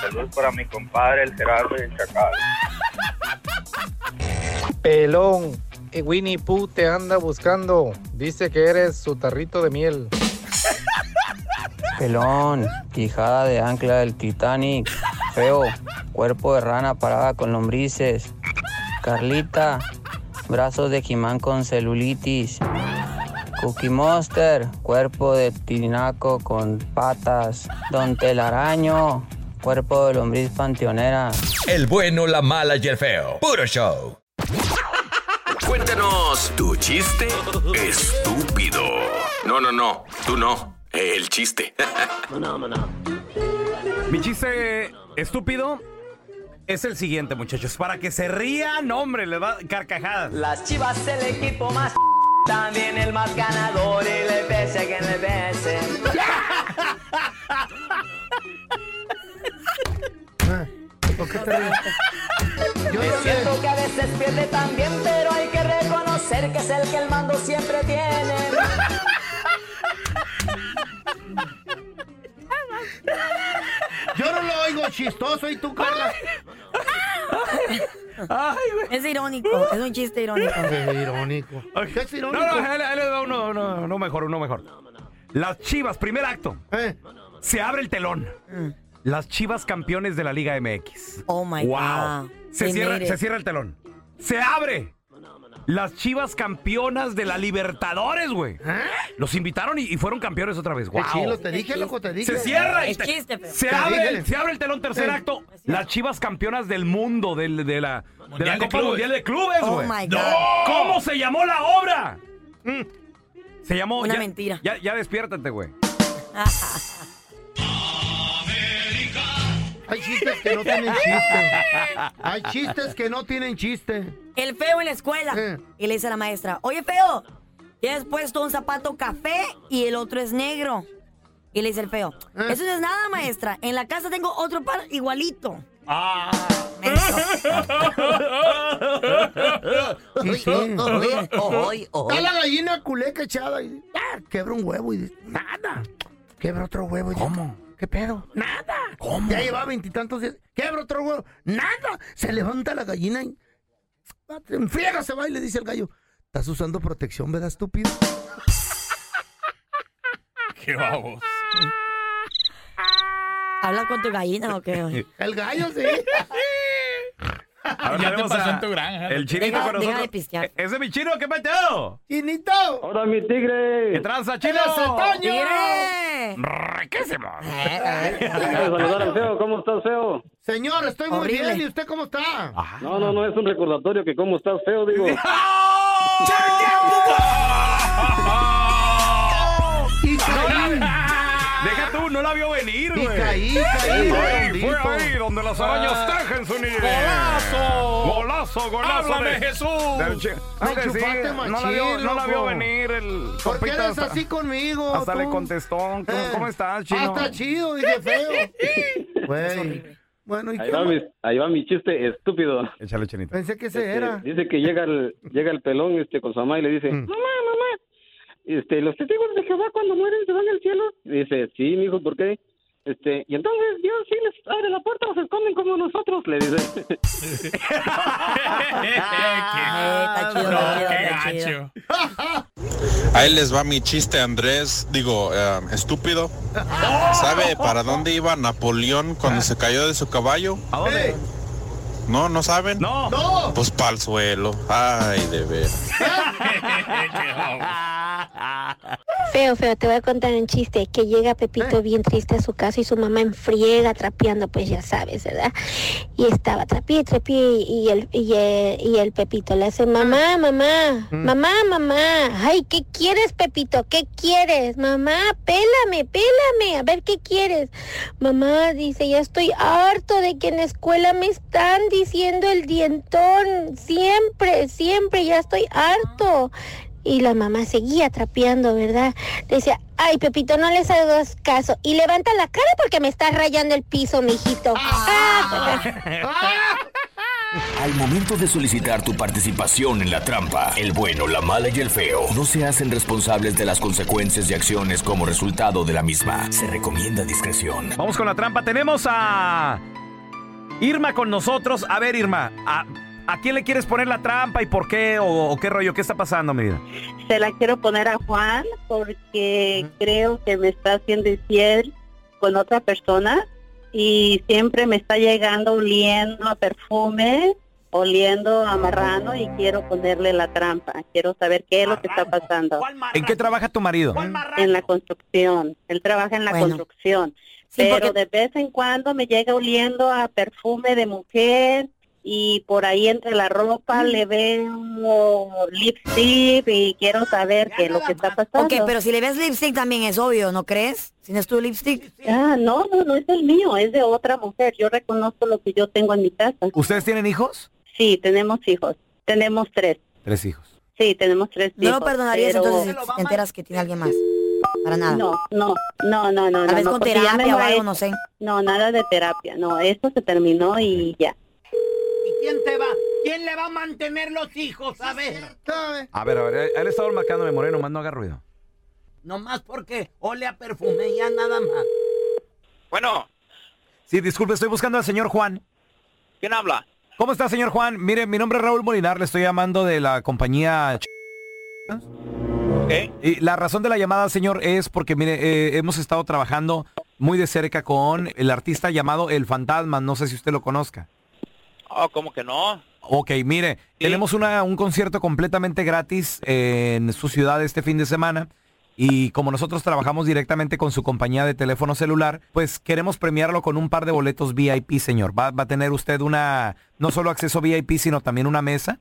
Speaker 6: Saludos para mi compadre, el Gerardo y el Chacal.
Speaker 15: Pelón, eh, Winnie Pooh te anda buscando. Dice que eres su tarrito de miel.
Speaker 16: Pelón, quijada de ancla del Titanic. Feo, cuerpo de rana parada con lombrices. Carlita, brazos de Jimán con celulitis. Cookie Monster, cuerpo de tinaco con patas. Don Telaraño, cuerpo de lombriz panteonera.
Speaker 13: El bueno, la mala y el feo. Puro show.
Speaker 17: Cuéntanos tu chiste estúpido. No, no, no. Tú no. Eh, El chiste.
Speaker 1: Mi chiste estúpido es el siguiente, muchachos. Para que se rían, hombre, les va carcajadas.
Speaker 18: Las chivas el equipo más también el más ganador y le pese a quien le pese. Es cierto que a veces pierde también, pero hay que reconocer que es el que el mando siempre tiene.
Speaker 3: Yo no lo oigo chistoso y tú, Carla.
Speaker 2: Es irónico, es un chiste irónico.
Speaker 3: Es irónico. ¿Qué es irónico?
Speaker 1: No, no, él, él le da uno, uno- uno mejor, uno mejor. Las Chivas, primer acto.
Speaker 3: Eh.
Speaker 1: Se abre el telón. Las Chivas campeones de la Liga MX.
Speaker 2: Oh my
Speaker 1: Wow.
Speaker 2: God.
Speaker 1: Se
Speaker 2: They
Speaker 1: cierra,
Speaker 2: made it.
Speaker 1: se cierra el telón. Se abre. Las Chivas campeonas de la Libertadores, güey.
Speaker 3: ¿Eh?
Speaker 1: Los invitaron y, y fueron campeones otra vez. Wow.
Speaker 3: chilo, Eh, te dije, loco, te dije.
Speaker 1: Se cierra y
Speaker 3: Es
Speaker 1: te-
Speaker 3: chiste, pero-
Speaker 1: se,
Speaker 3: Te
Speaker 1: abre,
Speaker 3: dije.
Speaker 1: el- se abre el telón tercer
Speaker 3: Eh.
Speaker 1: acto. Las Chivas campeonas del mundo del- de la, de la
Speaker 19: Mundial de
Speaker 1: Copa
Speaker 19: Clubes.
Speaker 1: Mundial de Clubes,
Speaker 19: Oh
Speaker 1: güey.
Speaker 19: my
Speaker 1: ¡No!
Speaker 19: God.
Speaker 1: ¿Cómo se llamó la obra? Mm. Se llamó
Speaker 2: Una
Speaker 1: ya-
Speaker 2: mentira.
Speaker 1: Ya, ya despiértate, güey.
Speaker 3: Hay chistes que no tienen chiste. Hay chistes que no tienen chiste.
Speaker 2: El feo en la escuela. Y le dice a la maestra, oye feo, tienes puesto un zapato café y el otro es negro. Y le dice el feo,
Speaker 3: Eh.
Speaker 2: eso no es nada, maestra. En la casa tengo otro par igualito.
Speaker 1: Ah.
Speaker 3: Está la gallina culeca echada y ah, quebra un huevo y dice, nada. Quebra otro huevo y dice, ¿Cómo? ¿Qué pedo? Nada. ¿Cómo? Ya lleva veintitantos días. Quebra otro huevo. Nada. Se levanta la gallina y en friega se va y le dice el gallo, estás usando protección, ¿verdad, estúpido?
Speaker 4: Qué babos.
Speaker 2: ¿Hablas con tu gallina o qué?
Speaker 3: El gallo, sí.
Speaker 1: Ahora
Speaker 4: Ya te
Speaker 1: tenemos
Speaker 4: pasó
Speaker 1: a-
Speaker 4: en tu granja.
Speaker 1: El chinito
Speaker 4: Deja-
Speaker 1: con
Speaker 4: deja de
Speaker 1: nosotros.
Speaker 4: pistear.
Speaker 1: E- ¡Ese es mi chino! ¿Qué peteo?
Speaker 3: ¡Chinito!
Speaker 1: ¡Ahora mi tigre! ¿Qué tranza, chino?
Speaker 2: ¡Tigre!
Speaker 1: ¡Riquísimo!
Speaker 20: saludar al feo. ¿Cómo estás, feo?
Speaker 8: Eh,
Speaker 3: Señor, estoy muy bien. ¿Y usted cómo está?
Speaker 20: No, no, no, es un recordatorio que cómo estás, feo, digo.
Speaker 3: Y
Speaker 1: caí. Deja tú, no la vio venir, güey.
Speaker 3: caí, caí,
Speaker 1: Ahí, Fue
Speaker 3: redondito.
Speaker 1: ahí donde las
Speaker 3: Ah.
Speaker 1: arañas tejen su nido.
Speaker 4: ¡Golazo!
Speaker 1: ¡Golazo, golazo!
Speaker 4: ¡Háblame,
Speaker 1: de-
Speaker 4: Jesús!
Speaker 1: del chi-
Speaker 3: Me
Speaker 1: Aunque sí,
Speaker 3: chupaste
Speaker 1: no la
Speaker 3: machín,
Speaker 1: vio, no la vio
Speaker 3: loco.
Speaker 1: venir el
Speaker 3: ¿Por qué
Speaker 1: compita
Speaker 3: eres
Speaker 1: hasta-
Speaker 3: así conmigo?
Speaker 1: Hasta
Speaker 3: tú?
Speaker 1: le contestó, ¿cómo, cómo estás,
Speaker 3: Ah,
Speaker 1: chino?
Speaker 3: está chido, dije feo. Güey. Bueno, ¿y
Speaker 20: Ahí
Speaker 3: qué
Speaker 20: va,
Speaker 3: más?
Speaker 20: mi, ahí va mi chiste estúpido.
Speaker 1: Échale, chinito.
Speaker 3: Pensé que ese
Speaker 20: Este,
Speaker 3: era.
Speaker 20: Dice que llega el, llega el pelón este, con su mamá y le dice,
Speaker 1: Mm.
Speaker 20: mamá, mamá, este, los testigos de Jehová cuando mueren se van al cielo. Y dice, sí, mijo, ¿por qué? Este, y entonces Dios sí les abre la puerta o se esconden como nosotros, le dice.
Speaker 21: Ahí les va mi chiste, Andrés, digo, eh, estúpido. ¿Sabe para dónde iba Napoleón cuando se cayó de su caballo? ¿A dónde? No, no saben. No.
Speaker 3: No.
Speaker 21: Pues pa'l suelo. Ay, de veras.
Speaker 22: Feo, feo, te voy a contar un chiste que llega Pepito
Speaker 5: Eh.
Speaker 22: bien triste a su casa y su mamá en friega trapeando, pues ya sabes, ¿verdad? Y estaba trapié, trapié y el, y el, y el Pepito le hace, mamá, mamá,
Speaker 5: Mm.
Speaker 22: mamá, mamá, ay, ¿qué quieres, Pepito? ¿Qué quieres? Mamá, pélame, pélame, a ver qué quieres. Mamá dice, ya estoy harto de que en la escuela me están diciendo el dientón, siempre, siempre, ya estoy harto. Y la mamá seguía trapeando, ¿verdad? Decía, ay, Pepito, no les hagas caso. Y levanta la cara porque me estás rayando el piso, mijito. Ah,
Speaker 13: Al momento de solicitar tu participación en la trampa, el bueno, la mala y el feo no se hacen responsables de las consecuencias y acciones como resultado de la misma. Se recomienda discreción.
Speaker 1: Vamos con la trampa. Tenemos a Irma con nosotros. A ver, Irma, ¿a, a quién le quieres poner la trampa y por qué? ¿O, o qué rollo? ¿Qué está pasando, mi vida?
Speaker 23: Se la quiero poner a Juan porque creo que me está haciendo infiel con otra persona y siempre me está llegando oliendo a perfume, oliendo a marrano y quiero ponerle la trampa. Quiero saber qué es lo que está pasando.
Speaker 1: ¿En qué trabaja tu marido?
Speaker 23: En la construcción. Él trabaja en la construcción.
Speaker 2: Sí,
Speaker 23: pero
Speaker 2: porque-
Speaker 23: de vez en cuando me llega oliendo a perfume de mujer y por ahí entre la
Speaker 2: Mm.
Speaker 23: ropa le veo lipstick y quiero saber qué es lo que está pasando.
Speaker 2: Ok, pero si le ves lipstick también es obvio, ¿no crees? Si no es tu lipstick.
Speaker 23: Ah, no, no, no es el mío, es de otra mujer. Yo reconozco lo que yo tengo en mi casa.
Speaker 1: ¿Ustedes tienen hijos?
Speaker 23: Sí, tenemos hijos. Tenemos tres.
Speaker 1: Tres hijos.
Speaker 23: Sí, tenemos tres
Speaker 2: No
Speaker 23: hijos.
Speaker 2: lo perdonarías
Speaker 23: pero-
Speaker 2: entonces si te enteras que tiene alguien más. Para nada.
Speaker 23: No, no, no, no, no.
Speaker 2: Tal vez
Speaker 23: no,
Speaker 2: con
Speaker 23: porque ya me
Speaker 2: terapia
Speaker 23: lo
Speaker 2: o
Speaker 23: ha
Speaker 2: algo,
Speaker 23: hecho.
Speaker 2: no sé.
Speaker 23: No, nada de terapia, no, esto se terminó y ya.
Speaker 8: ¿Quién te va? ¿Quién le va a mantener los hijos? A ver.
Speaker 1: A ver, a ver, él estaba marcándome moreno, más no haga ruido.
Speaker 8: Nomás porque ole a perfume, ya nada más.
Speaker 1: Bueno. Sí, disculpe, estoy buscando al señor Juan.
Speaker 24: ¿Quién habla?
Speaker 1: ¿Cómo está, señor Juan? Mire, mi nombre es Raúl Molinar, le estoy llamando de la compañía... Ch- Y la razón de la llamada, señor, es porque, mire, eh, hemos estado trabajando muy de cerca con el artista llamado El Fantasma, no sé si usted lo conozca.
Speaker 24: Oh, ¿cómo que no?
Speaker 1: Ok, mire, tenemos una, un concierto completamente gratis en su ciudad este fin de semana. Y como nosotros trabajamos directamente con su compañía de teléfono celular, pues queremos premiarlo con un par de boletos VIP, señor. Va, va a tener usted una, no solo acceso VIP, sino también una mesa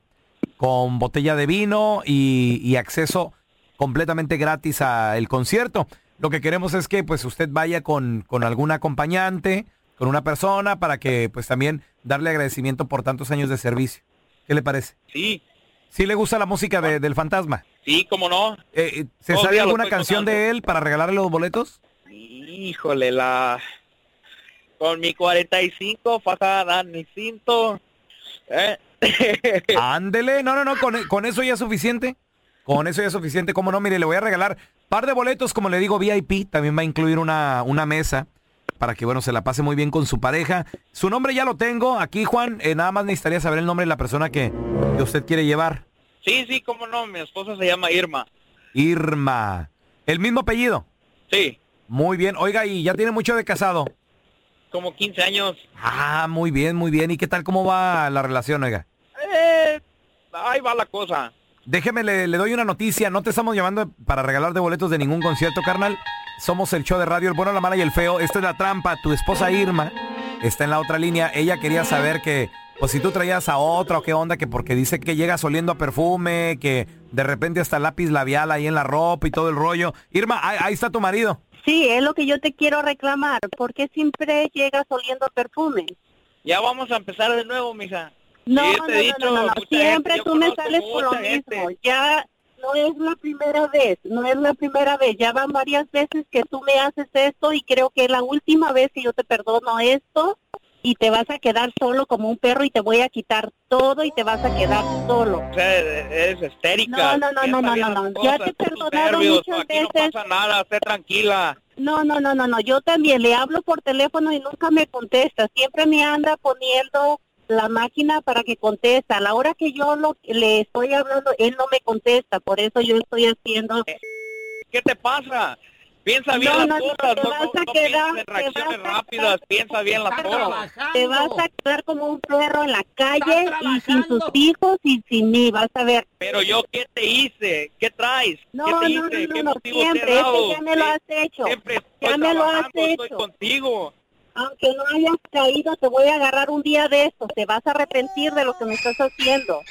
Speaker 1: con botella de vino y, y acceso completamente gratis al concierto. Lo que queremos es que pues usted vaya con, con algún acompañante, con una persona, para que pues también darle agradecimiento por tantos años de servicio. ¿Qué le parece?
Speaker 24: Sí,
Speaker 1: ¿Sí le gusta la música de- del fantasma?
Speaker 24: sí, ¿cómo no?
Speaker 1: Eh, eh, ¿Se
Speaker 24: Oh,
Speaker 1: sabe
Speaker 24: mira, lo
Speaker 1: alguna
Speaker 24: estoy
Speaker 1: canción de él para regalarle los boletos?
Speaker 24: Híjole, la... Con mi 45, fajada en el cinto. ¿eh?
Speaker 1: Ah, Ándele, no, no, no, con, con eso ya es suficiente. Con eso ya es suficiente, cómo no, mire, le voy a regalar par de boletos, como le digo, VIP, también va a incluir una, una mesa para que, bueno, se la pase muy bien con su pareja. Su nombre ya lo tengo, aquí Juan, eh, nada más necesitaría saber el nombre de la persona que, que usted quiere llevar.
Speaker 24: Sí, sí, cómo no, mi esposa se llama Irma.
Speaker 1: Irma. ¿El mismo apellido?
Speaker 24: Sí.
Speaker 1: Muy bien, oiga, y ya tiene mucho de casado.
Speaker 24: Como 15 años.
Speaker 1: Ah, muy bien, muy bien. ¿Y qué tal, cómo va la relación, oiga?
Speaker 24: Eh, ahí va la cosa.
Speaker 1: Déjeme, le, le doy una noticia. No te estamos llamando para regalar de boletos de ningún concierto, carnal. Somos el show de radio El Bueno, la Mala y el Feo. Esta es la trampa. Tu esposa Irma está en la otra línea. Ella quería saber que, pues si tú traías a otra o qué onda, que porque dice que llegas oliendo a perfume, que de repente hasta lápiz labial ahí en la ropa y todo el rollo. Irma, ahí, ahí está tu marido.
Speaker 23: Sí, es lo que yo te quiero reclamar. ¿Por qué siempre llegas oliendo a perfume?
Speaker 24: Ya vamos a empezar de nuevo, mija.
Speaker 23: No,
Speaker 24: Sí,
Speaker 23: no,
Speaker 24: te
Speaker 23: no,
Speaker 24: he dicho,
Speaker 23: no, no, no.
Speaker 24: mucha
Speaker 23: siempre
Speaker 24: gente, yo
Speaker 23: tú me
Speaker 24: conozco este.
Speaker 23: sales por lo
Speaker 24: mucha gente.
Speaker 23: mismo. Ya no es la primera vez, no es la primera vez. Ya van varias veces que tú me haces esto y creo que la última vez que yo te perdono esto y te vas a quedar solo como un perro y te voy a quitar todo y te vas a quedar solo.
Speaker 24: O sea, eres
Speaker 23: No,
Speaker 24: estérica.
Speaker 23: no, no,
Speaker 24: Ya
Speaker 23: no,
Speaker 24: está
Speaker 23: no,
Speaker 24: bien
Speaker 23: no, no.
Speaker 24: las cosas,
Speaker 23: Ya te he
Speaker 24: tus
Speaker 23: perdonado
Speaker 24: nervios,
Speaker 23: muchas
Speaker 24: aquí No
Speaker 23: veces.
Speaker 24: pasa nada, esté tranquila.
Speaker 23: No, no, no, no, no. Yo también le hablo por teléfono y nunca me contesta. Siempre me anda poniendo la máquina para que contesta. A la hora que yo lo, le estoy hablando, él no me contesta. Por eso yo estoy haciendo.
Speaker 24: ¿Qué te pasa? Piensa bien
Speaker 23: No,
Speaker 24: las
Speaker 23: no, no,
Speaker 24: cosas,
Speaker 23: te
Speaker 24: no,
Speaker 23: vas
Speaker 24: no
Speaker 23: a
Speaker 24: pienses
Speaker 23: quedar-
Speaker 24: en
Speaker 23: te
Speaker 24: reacciones
Speaker 23: vas a
Speaker 24: rápidas, piensa bien las cosas.
Speaker 23: Te vas a quedar como un perro en la calle y sin tus hijos y sin mí. Vas a ver.
Speaker 24: Pero yo, ¿qué te hice? ¿Qué traes?
Speaker 23: No,
Speaker 24: ¿Qué te
Speaker 23: no,
Speaker 24: hice?
Speaker 23: no,
Speaker 24: ¿Qué
Speaker 23: no, no,
Speaker 24: motivo te
Speaker 23: siempre.
Speaker 24: he
Speaker 23: Es
Speaker 24: dado?
Speaker 23: que ya me lo has hecho. Ya
Speaker 24: Estoy
Speaker 23: me lo has
Speaker 24: trabajando, Estoy
Speaker 23: hecho.
Speaker 24: contigo.
Speaker 23: Aunque no hayas caído, te voy a agarrar un día de esto. Te vas a arrepentir de lo que me estás haciendo.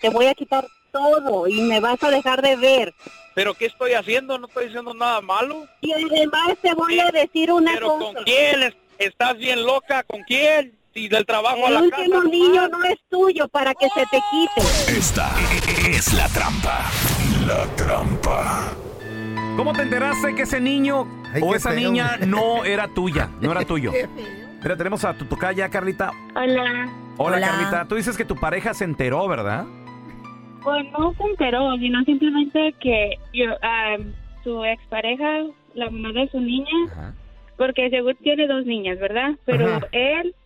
Speaker 23: Te voy a quitar todo y me vas a dejar de ver.
Speaker 24: ¿Pero qué estoy haciendo? No estoy diciendo nada malo.
Speaker 23: Y además te voy a decir una
Speaker 24: ¿Pero
Speaker 23: cosa.
Speaker 24: con quién? Es- ¿Estás bien loca? ¿Con quién? Si del trabajo a
Speaker 23: El
Speaker 24: la casa.
Speaker 23: último niño no es tuyo para que se te quite.
Speaker 13: Esta es la trampa. La trampa.
Speaker 1: ¿Cómo te enteraste que ese niño o
Speaker 13: qué
Speaker 1: esa
Speaker 13: feo.
Speaker 1: niña no era tuya? No era tuyo. Mira, tenemos a tu tocaya, Carlita.
Speaker 9: Hola.
Speaker 1: Hola,
Speaker 9: Hola.
Speaker 1: Carlita. Tú dices que tu pareja se enteró, ¿verdad?
Speaker 9: Pues no se enteró, sino simplemente que yo, ah, su expareja, la mamá de su niña, porque seguro tiene dos niñas, ¿verdad? Pero
Speaker 10: Ajá.
Speaker 9: él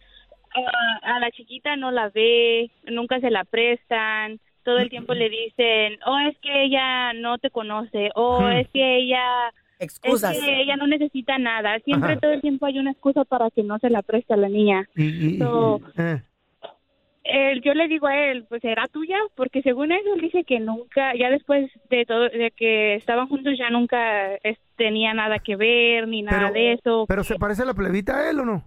Speaker 9: ah, a la chiquita no la ve, nunca se la prestan, todo el tiempo le dicen, oh, es que ella no te conoce, o
Speaker 2: Ujú.
Speaker 9: es que ella...
Speaker 2: Excusas.
Speaker 9: Es que ella no necesita nada. Siempre
Speaker 2: Ajá.
Speaker 9: todo el tiempo hay una excusa para que no se la preste a la niña. So,
Speaker 3: Eh,
Speaker 9: él- yo le digo a él, pues era tuya, porque según eso él dice que nunca, ya después de todo, de que estaban juntos ya nunca es- tenía nada que ver ni nada de eso.
Speaker 3: ¿Pero se parece la plebita a él o no?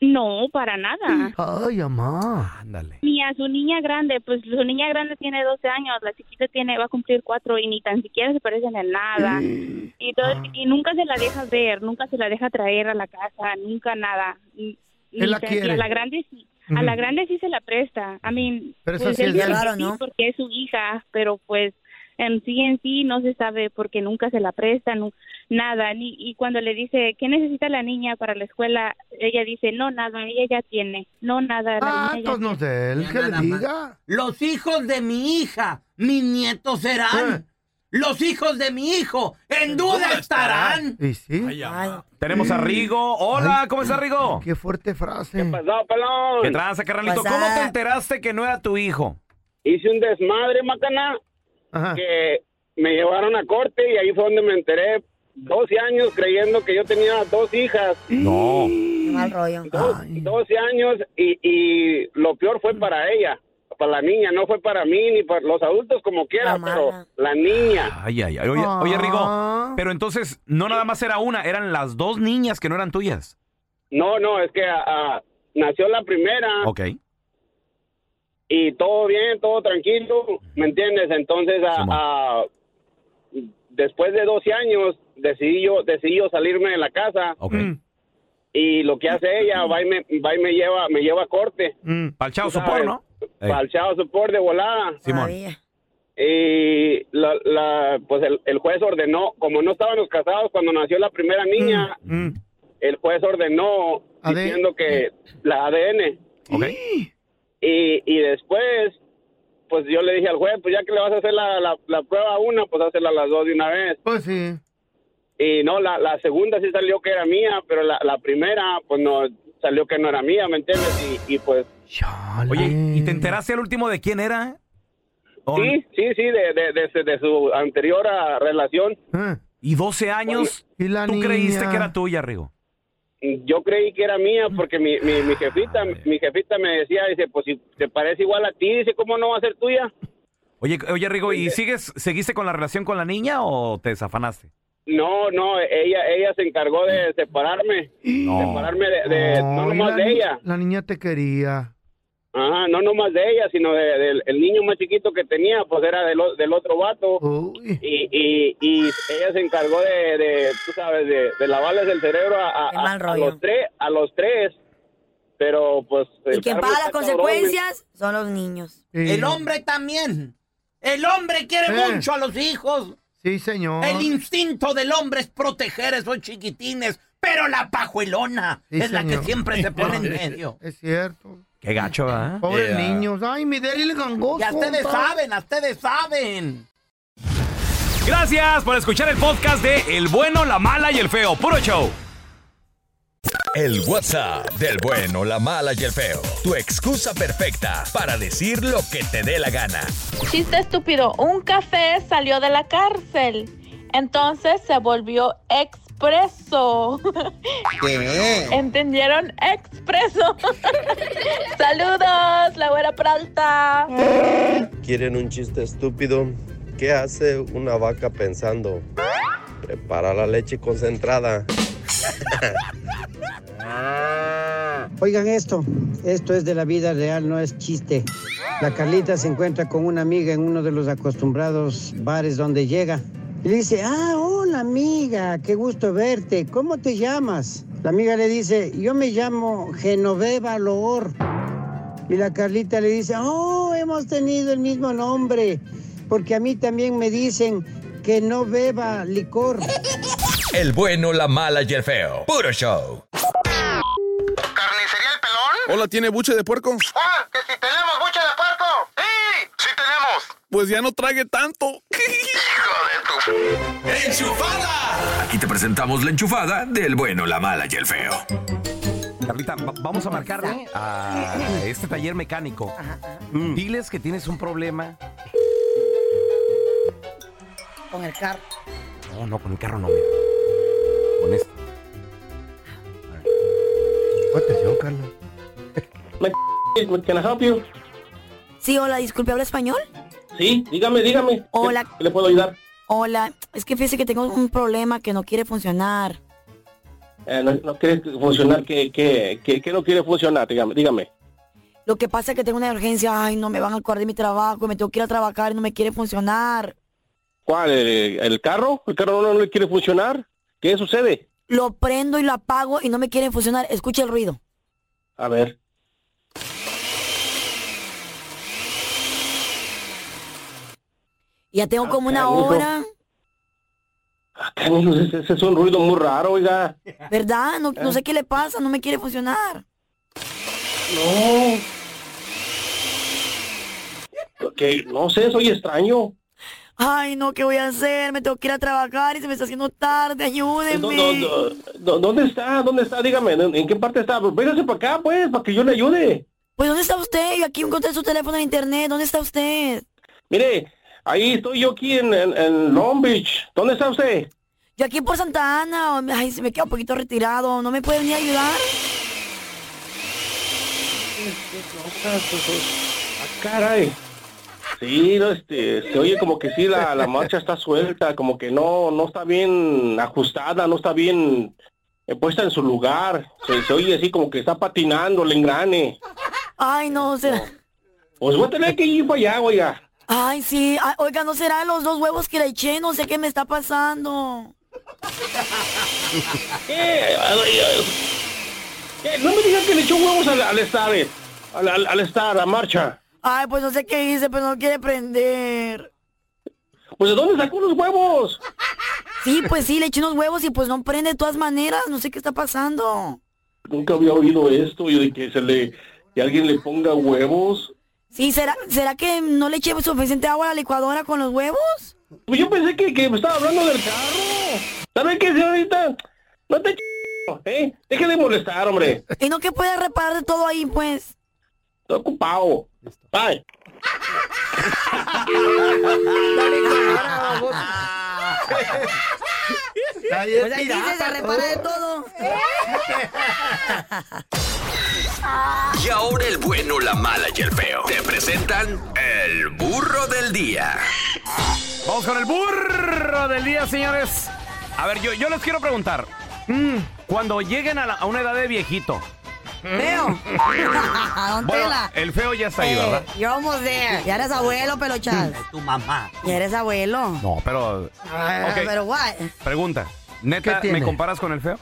Speaker 9: No, para nada.
Speaker 3: Ay, mamá.
Speaker 1: Ándale.
Speaker 9: Ni a su niña grande, pues su niña grande tiene 12 años, la chiquita tiene va a cumplir cuatro y ni tan siquiera se parecen en nada.
Speaker 3: Mm.
Speaker 9: Y todo,
Speaker 3: Ah.
Speaker 9: y nunca se la deja ver, nunca se la deja traer a la casa, nunca nada. Ni-
Speaker 3: Él
Speaker 9: ni
Speaker 3: la
Speaker 9: se- y
Speaker 3: quiere.
Speaker 9: a la grande sí. A la
Speaker 3: Ujú.
Speaker 9: grande sí se la presta. A mí,
Speaker 3: Pero eso
Speaker 9: pues
Speaker 3: sí
Speaker 9: él
Speaker 3: es
Speaker 9: dice que
Speaker 3: raro,
Speaker 9: sí,
Speaker 3: ¿no?
Speaker 9: porque es su hija, pero pues en sí en sí no se sabe porque nunca se la presta, nu- nada. Ni, y cuando le dice, ¿qué necesita la niña para la escuela? Ella dice, no, nada, ella ya tiene. No, nada. La niña ya
Speaker 3: No sé, él que le
Speaker 8: nada más.
Speaker 3: diga.
Speaker 8: Los hijos de mi hija, mis nietos serán.
Speaker 3: Eh.
Speaker 8: Los hijos de mi hijo, en duda estarán.
Speaker 3: ¿Y sí?
Speaker 1: Tenemos a Rigo. Hola, ¿cómo está Rigo?
Speaker 3: Qué fuerte frase. Pues, ah, ¿Qué
Speaker 6: pasó, pelón?
Speaker 1: ¿Qué tranza, carnalito?
Speaker 8: Pues,
Speaker 1: ¿Cómo
Speaker 8: ah.
Speaker 1: te enteraste que no era tu hijo?
Speaker 6: Hice un desmadre, macana, que me llevaron a corte y ahí fue donde me enteré. 12 años creyendo que yo tenía dos hijas.
Speaker 1: No.
Speaker 2: Mal rollo.
Speaker 6: Dos- 12 años y, y lo peor fue para ella, para la niña, no fue para mí ni para los adultos como quieran, pero la niña.
Speaker 1: Ay, ay, ay. Oye,
Speaker 8: Ah.
Speaker 1: oye, Rigo. Pero entonces, no nada más era una, eran las dos niñas que no eran tuyas.
Speaker 6: No, no, es que ah, nació la
Speaker 8: Ah.
Speaker 6: primera
Speaker 1: Ok.
Speaker 6: y todo bien, todo tranquilo, ¿me entiendes? Entonces, a- a- después de 12 años, decidí yo, decidí yo salirme de la casa.
Speaker 8: Mm,
Speaker 6: Y lo que hace ella, va y me, va y me lleva, me lleva a corte.
Speaker 8: mm.
Speaker 1: Pal chao,
Speaker 6: Tú
Speaker 1: supor,
Speaker 6: sabes,
Speaker 1: ¿no? Ey.
Speaker 6: Pal chao, supor de volada.
Speaker 1: Simón.
Speaker 6: Y la,
Speaker 5: Mm.
Speaker 1: Mm.
Speaker 6: la- pues el, el juez ordenó, como no estábamos casados cuando nació la primera niña, el juez ordenó diciendo que la ADN. Y, y después, pues yo le dije al juez, pues ya que le vas a hacer la, la, la prueba a una, pues hazla a las dos de una vez.
Speaker 3: Pues sí.
Speaker 6: Y no, la, la segunda sí salió que era mía, pero la, la primera, pues no, salió que no era mía, ¿me entiendes? Y, y pues...
Speaker 1: Oye, ¿y te enteraste al último de quién era?
Speaker 6: Sí, sí, sí, de, de, de- de su anterior ah, relación.
Speaker 1: Y 12 años, tú creíste que era tuya, Rigo.
Speaker 6: Yo creí que era mía porque mi, mi, mi jefita mi jefita me decía, dice, pues si te parece igual a ti, dice, ¿cómo no va a ser tuya?
Speaker 1: Oye, oye Rigo, ¿y sigues, seguiste con la relación con la niña o te desafanaste?
Speaker 6: No, no, ella ella se encargó de separarme, separarme de, de- no
Speaker 3: Ay,
Speaker 6: nomás
Speaker 3: la
Speaker 6: de
Speaker 3: ni-
Speaker 6: ella,
Speaker 3: La niña te quería.
Speaker 6: ajá, no nomás de ella, sino de- del el niño más chiquito que tenía, pues era del, o- del otro vato. Y, y, y ella se encargó de, de, tú sabes, de, de lavarles el cerebro a, a- a- a los tres, a los tres, pero pues...
Speaker 2: Y
Speaker 6: el
Speaker 2: quien
Speaker 6: karma
Speaker 2: paga las
Speaker 6: está cabrón,
Speaker 2: consecuencias son los niños.
Speaker 8: El hombre también. El hombre quiere
Speaker 2: Eh.
Speaker 8: mucho a los hijos.
Speaker 3: Sí, señor.
Speaker 8: El instinto del hombre es proteger a esos chiquitines. Pero la pajuelona
Speaker 3: Sí,
Speaker 8: es la que
Speaker 3: señor.
Speaker 8: siempre se pone en medio.
Speaker 3: Es cierto.
Speaker 1: Qué gacho, ¿eh? ¿verdad?
Speaker 3: Pobres
Speaker 8: Yeah.
Speaker 3: niños. Ay, mi Deli el gangoso.
Speaker 8: Ya ustedes
Speaker 3: pa.
Speaker 8: saben, ya ustedes saben.
Speaker 1: Gracias por escuchar el podcast de El Bueno, la Mala y el Feo. Puro show.
Speaker 16: El WhatsApp del bueno, la mala y el feo. Tu excusa perfecta para decir lo que te dé la gana.
Speaker 10: Chiste estúpido, un café salió de la cárcel, entonces se volvió expreso.
Speaker 12: ¿Qué?
Speaker 10: ¿Entendieron? Expreso. Saludos, la buena Pralta.
Speaker 7: ¿Quieren un chiste estúpido? ¿Qué hace una vaca pensando? Prepara la leche concentrada.
Speaker 25: Oigan esto, esto es de la vida real, no es chiste. La Carlita se encuentra con una amiga en uno de los acostumbrados bares donde llega. Y le dice, ah, hola amiga, qué gusto verte, ¿cómo te llamas? La amiga le dice, yo me llamo Genoveva Loor. Y la Carlita le dice, oh, hemos tenido el mismo nombre, porque a mí también me dicen que no beba licor.
Speaker 16: El bueno, la mala y el feo. Puro show.
Speaker 14: Hola, ¿tiene buche de puerco?
Speaker 12: ¡Ah! ¡Que si tenemos buche de puerco! ¡Sí! ¡Sí tenemos!
Speaker 14: Pues ya no trague tanto.
Speaker 12: ¡Hijo de tu... ¡Enchufada!
Speaker 13: Aquí te presentamos la enchufada del bueno, la mala y el feo.
Speaker 1: Carlita, va- vamos a marcarle
Speaker 13: Ah.
Speaker 1: a este taller mecánico. Mm. Diles que tienes un problema.
Speaker 2: Con el carro.
Speaker 1: No, no, con el carro no, mira. Con este.
Speaker 3: Atención, Carla.
Speaker 26: What can I help you?
Speaker 2: Sí, hola, disculpe, ¿habla español?
Speaker 26: Sí, dígame, dígame. ¿Qué-
Speaker 2: Hola.
Speaker 26: ¿Qué le puedo ayudar?
Speaker 2: Hola, es que fíjese que tengo un problema que no quiere funcionar.
Speaker 26: Eh, no, no quiere funcionar? ¿Qué, qué, qué, qué no quiere funcionar? Dígame, dígame.
Speaker 2: Lo que pasa es que tengo una urgencia, ay, no me van a acordar de mi trabajo, me tengo que ir a trabajar y no me quiere funcionar.
Speaker 26: ¿Cuál? ¿El, el carro? ¿El carro no, no le quiere funcionar? ¿Qué sucede?
Speaker 2: Lo prendo y lo apago y no me quiere funcionar. Escucha el ruido.
Speaker 26: A ver.
Speaker 2: Ya tengo como una
Speaker 26: canijo.
Speaker 2: hora,
Speaker 26: Ah, canijo, Ese, ese es un ruido muy raro, oiga.
Speaker 2: ¿verdad? No, no sé qué le pasa, no me quiere funcionar.
Speaker 26: No. Que no sé, soy extraño.
Speaker 2: Ay, no, ¿qué voy a hacer? Me tengo que ir a trabajar y se me está haciendo tarde, ayúdenme.
Speaker 26: ¿Dó- dó- dó- ¿Dónde está? ¿Dónde está? Dígame, ¿en en qué parte está? Véngase para acá, pues, para que yo le ayude.
Speaker 2: Pues, ¿dónde está usted? Yo aquí encontré su teléfono en internet. ¿Dónde está usted?
Speaker 26: Mire, ahí estoy yo aquí en, en, en Long Beach. ¿Dónde está usted?
Speaker 2: Yo aquí por Santa Ana. Ay, se me queda un poquito retirado. ¿No me puede venir a ayudar?
Speaker 26: Caray. Sí, no, este, se oye como que sí, la, la marcha está suelta, como que no, no está bien ajustada, no está bien eh, puesta en su lugar. Se, se oye así como que está patinando el engrane.
Speaker 2: Ay, no, será...
Speaker 26: Pues voy a tener que ir para allá, oiga.
Speaker 2: Ay, sí. Ay, oiga, ¿no será los dos huevos que le eché? No sé qué me está pasando.
Speaker 26: Eh, ay, ay. Eh, no me digan que le echó huevos al, al estar, eh, al, al- al estar, a la marcha.
Speaker 2: Ay, pues no sé qué hice, pero no quiere prender.
Speaker 26: Pues de dónde sacó los huevos?
Speaker 2: Sí, pues sí, le eché unos huevos y pues no prende de todas maneras. No sé qué está pasando.
Speaker 26: Nunca había oído esto, yo de que se le, que alguien le ponga huevos.
Speaker 2: Sí, ¿será, ¿será que no le eché suficiente agua a la licuadora con los huevos?
Speaker 26: Pues yo pensé que, que me estaba hablando del carro. ¿Sabe qué, señorita? No te ch... ¿eh? Deje de molestar, hombre.
Speaker 2: ¿Y no que puede reparar de todo ahí, pues?
Speaker 26: Estoy ocupado. Bye.
Speaker 2: Pues aquí se, se repara de todo.
Speaker 13: Y ahora el bueno, la mala y el feo te presentan el burro del día.
Speaker 1: Vamos con el burro del día, señores. A ver, yo, yo les quiero preguntar. mm, Cuando lleguen a, la- a una edad de viejito.
Speaker 2: Feo. Don
Speaker 1: Bueno,
Speaker 2: Tela.
Speaker 1: el feo ya está ahí, ¿verdad?
Speaker 2: Yo almost there. Ya eres abuelo, pelochas.
Speaker 1: Tu mamá.
Speaker 2: Ya eres abuelo.
Speaker 1: No, pero.
Speaker 2: Ah,
Speaker 1: Ok,
Speaker 2: Pero what?
Speaker 1: Pregunta. ¿Neta, me comparas con el feo?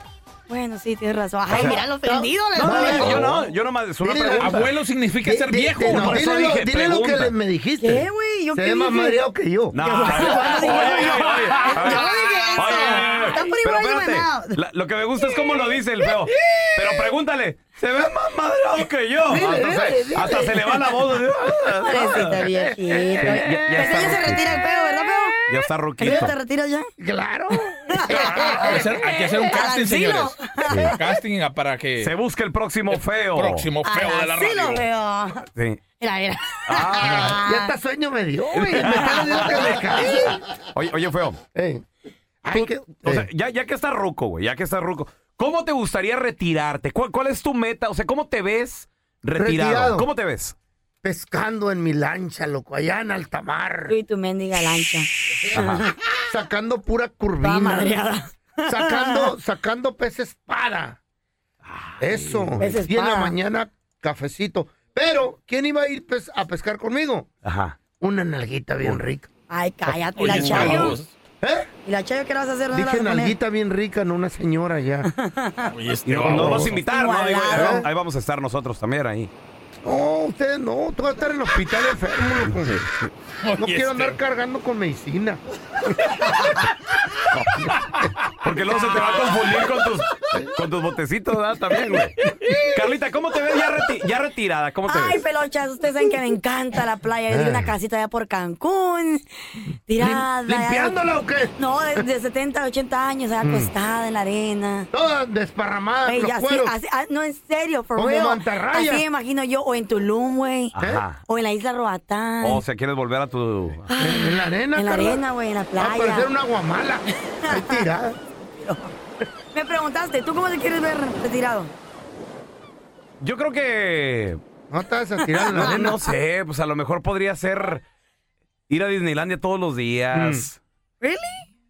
Speaker 2: Bueno, sí, tienes razón.
Speaker 1: O
Speaker 2: Ay,
Speaker 1: sea,
Speaker 2: mira lo ofendido.
Speaker 1: No,
Speaker 2: la-
Speaker 1: no, no, yo no, yo nomás, es una
Speaker 2: Dile,
Speaker 1: pregunta.
Speaker 4: abuelo significa
Speaker 1: Di-
Speaker 4: ser
Speaker 1: di-
Speaker 4: viejo.
Speaker 1: di-
Speaker 4: por
Speaker 1: no,
Speaker 4: eso
Speaker 1: dile lo-
Speaker 4: dije,
Speaker 1: dile lo que
Speaker 4: pregunta.
Speaker 1: le-
Speaker 3: Me dijiste.
Speaker 2: ¿Qué, güey? ¿Yo
Speaker 3: Se
Speaker 2: qué
Speaker 3: ve más
Speaker 2: dije?
Speaker 3: mareado que yo.
Speaker 1: No,
Speaker 3: Yo-
Speaker 1: oye, oye, oye, a ver.
Speaker 2: Yo no dije eso.
Speaker 1: Oye,
Speaker 2: Está por
Speaker 1: pero
Speaker 2: igual de
Speaker 1: espérate,
Speaker 2: manado.
Speaker 1: la- lo que me gusta es cómo lo dice el feo. Pero pregúntale, se ve más madreado que yo.
Speaker 2: Dile,
Speaker 1: Hasta,
Speaker 2: dile,
Speaker 1: se,
Speaker 2: dile.
Speaker 1: hasta se le va la voz.
Speaker 2: Pobrecito viejito.
Speaker 1: Sí, ya- ya,
Speaker 2: Pues
Speaker 1: está,
Speaker 2: ella se retira el feo, ¿verdad, feo?
Speaker 1: ya está
Speaker 2: ¿Ella
Speaker 1: roquito.
Speaker 2: te retira ya?
Speaker 3: Claro.
Speaker 4: Hay que hacer, hay que hacer un casting,
Speaker 2: Al
Speaker 4: señores.
Speaker 2: asilo.
Speaker 4: Casting para que.
Speaker 1: Se busca el próximo feo.
Speaker 4: Próximo feo de la
Speaker 2: Sí
Speaker 4: radio.
Speaker 2: lo veo.
Speaker 1: Sí.
Speaker 2: Mira, mira.
Speaker 3: Ya hasta sueño me dio, güey. Me está diciendo que me calle.
Speaker 1: Oye, oye, feo. Tú- o sea, ya, ya que está ruco, güey, ya que está ruco, ¿cómo te gustaría retirarte? ¿Cuál, cuál es tu meta? O sea, ¿cómo te ves retirado?
Speaker 3: Retirado.
Speaker 1: ¿Cómo te ves?
Speaker 3: Pescando en mi lancha, loco, allá en alta mar.
Speaker 2: Y tu mendiga lancha.
Speaker 3: Ajá. Sacando pura curvina.
Speaker 2: Toda madreada.
Speaker 3: Sacando, sacando pez espada. Eso.
Speaker 2: Pez
Speaker 3: Y en la
Speaker 2: espada.
Speaker 3: mañana, cafecito. Pero, ¿quién iba a ir pes- a pescar conmigo?
Speaker 1: Ajá.
Speaker 3: Una nalguita bien rica.
Speaker 2: Ay, cállate,
Speaker 3: Oye,
Speaker 2: la chayo.
Speaker 3: vamos.
Speaker 2: ¿Y la chayo qué vas a hacer? ¿Dónde la vas
Speaker 3: Dije
Speaker 2: a poner?
Speaker 3: nalguita bien rica en una señora ya.
Speaker 1: Y no,
Speaker 3: baboso.
Speaker 1: nos vas a invitar, ¿no? Digo,
Speaker 3: Igualado.
Speaker 1: ahí- ahí vamos a estar nosotros también ahí.
Speaker 3: No, ustedes no. Tú vas a estar en el hospital enfermo, loco. No
Speaker 1: Oye,
Speaker 3: quiero
Speaker 1: este.
Speaker 3: andar cargando con medicina.
Speaker 1: Porque luego se te va a confundir con tus, con tus botecitos, ¿verdad? También, güey. Carlita, ¿cómo te ves ya, reti- ya retirada? ¿Cómo te
Speaker 2: Ay,
Speaker 1: ves?
Speaker 2: pelochas, ustedes saben que me encanta la playa. Yo di una casita allá por Cancún. Tirada.
Speaker 3: Lim- ¿limpiándola o qué?
Speaker 2: No, de, de 70, 80 años, allá
Speaker 3: Mm.
Speaker 2: acostada en la arena.
Speaker 3: Todas desparramadas,
Speaker 2: Güey,
Speaker 3: los
Speaker 2: ya sí,
Speaker 3: cueros.
Speaker 2: así- ah, no, en serio, for
Speaker 3: Como
Speaker 2: real.
Speaker 3: mantarraya.
Speaker 2: Así me imagino yo, o en Tulum, güey.
Speaker 1: Ajá.
Speaker 2: O en la isla Roatán.
Speaker 4: Oh,
Speaker 1: O sea, ¿quieres volver a tu...
Speaker 3: En la arena,
Speaker 2: en la
Speaker 3: Carla.
Speaker 2: arena, güey, en la
Speaker 3: Va a
Speaker 2: playa.
Speaker 3: parecer una guamala. Ahí tirada.
Speaker 2: Me preguntaste, ¿tú cómo te quieres ver retirado?
Speaker 1: Yo creo que...
Speaker 3: No te vas a tirar en la arena.
Speaker 1: No sé, pues a lo mejor podría ser ir a Disneylandia todos los días,
Speaker 2: ¿Really?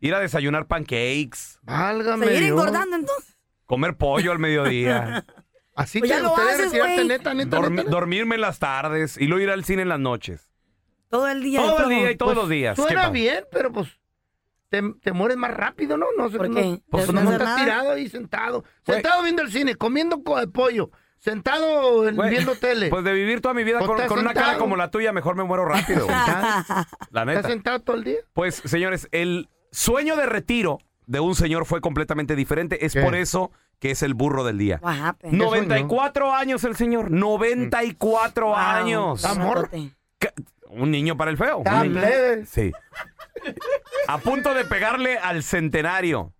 Speaker 1: ir a desayunar pancakes,
Speaker 3: Mm. Válgame
Speaker 2: ¿Seguir
Speaker 3: Dios.
Speaker 2: engordando entonces?
Speaker 1: comer pollo al mediodía.
Speaker 3: Así
Speaker 2: Pues
Speaker 3: te
Speaker 2: ya lo
Speaker 3: gustaría
Speaker 2: haces,
Speaker 3: retirarte,
Speaker 2: güey.
Speaker 3: neta, neta,
Speaker 1: Dormi-
Speaker 3: neta.
Speaker 1: dormirme en las tardes y luego ir al cine en las noches.
Speaker 2: Todo el día.
Speaker 1: Todo el
Speaker 2: loco.
Speaker 1: día y todos los días. ¿Qué
Speaker 3: Pues, Suena
Speaker 1: pasa?
Speaker 3: bien, pero pues te, te mueres más rápido, ¿no? No sé
Speaker 2: ¿Por
Speaker 3: no-
Speaker 2: qué?
Speaker 3: Pues
Speaker 2: ¿Te
Speaker 3: no
Speaker 2: hace
Speaker 3: estás
Speaker 2: nada?
Speaker 3: tirado ahí sentado. Sentado viendo el cine, comiendo co- pollo. Sentado en-
Speaker 1: Güey,
Speaker 3: viendo tele.
Speaker 1: Pues de vivir toda mi vida
Speaker 3: Pues
Speaker 1: con,
Speaker 3: estás
Speaker 1: con una cara
Speaker 3: sentado.
Speaker 1: como la tuya, mejor me muero rápido. güey.
Speaker 2: Ah,
Speaker 1: la
Speaker 3: ¿Estás
Speaker 1: neta.
Speaker 3: sentado todo el día?
Speaker 1: Pues, señores, el sueño de retiro de un señor fue completamente diferente. Es por eso que es el burro del día.
Speaker 8: Pues,
Speaker 2: What
Speaker 8: ah,
Speaker 2: happened?
Speaker 1: 94 años el señor. 94 años.
Speaker 2: Amor.
Speaker 1: Un niño para el feo.
Speaker 3: Está
Speaker 1: Un niño.
Speaker 3: plebe.
Speaker 1: Sí. A punto de pegarle al centenario.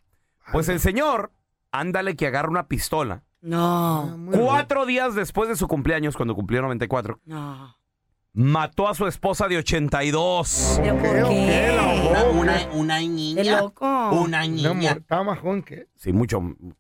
Speaker 1: Pues el señor, ándale que agarra una pistola.
Speaker 2: No.
Speaker 1: Cuatro días después de su cumpleaños, cuando cumplió 94,
Speaker 2: No.
Speaker 1: mató a su esposa de 82.
Speaker 2: ¿Pero por qué?
Speaker 8: Una, una, una niña.
Speaker 2: Qué loco.
Speaker 8: Una
Speaker 3: No, amor,
Speaker 8: niña.
Speaker 3: estaba majón que.
Speaker 1: Sí, mucho pues,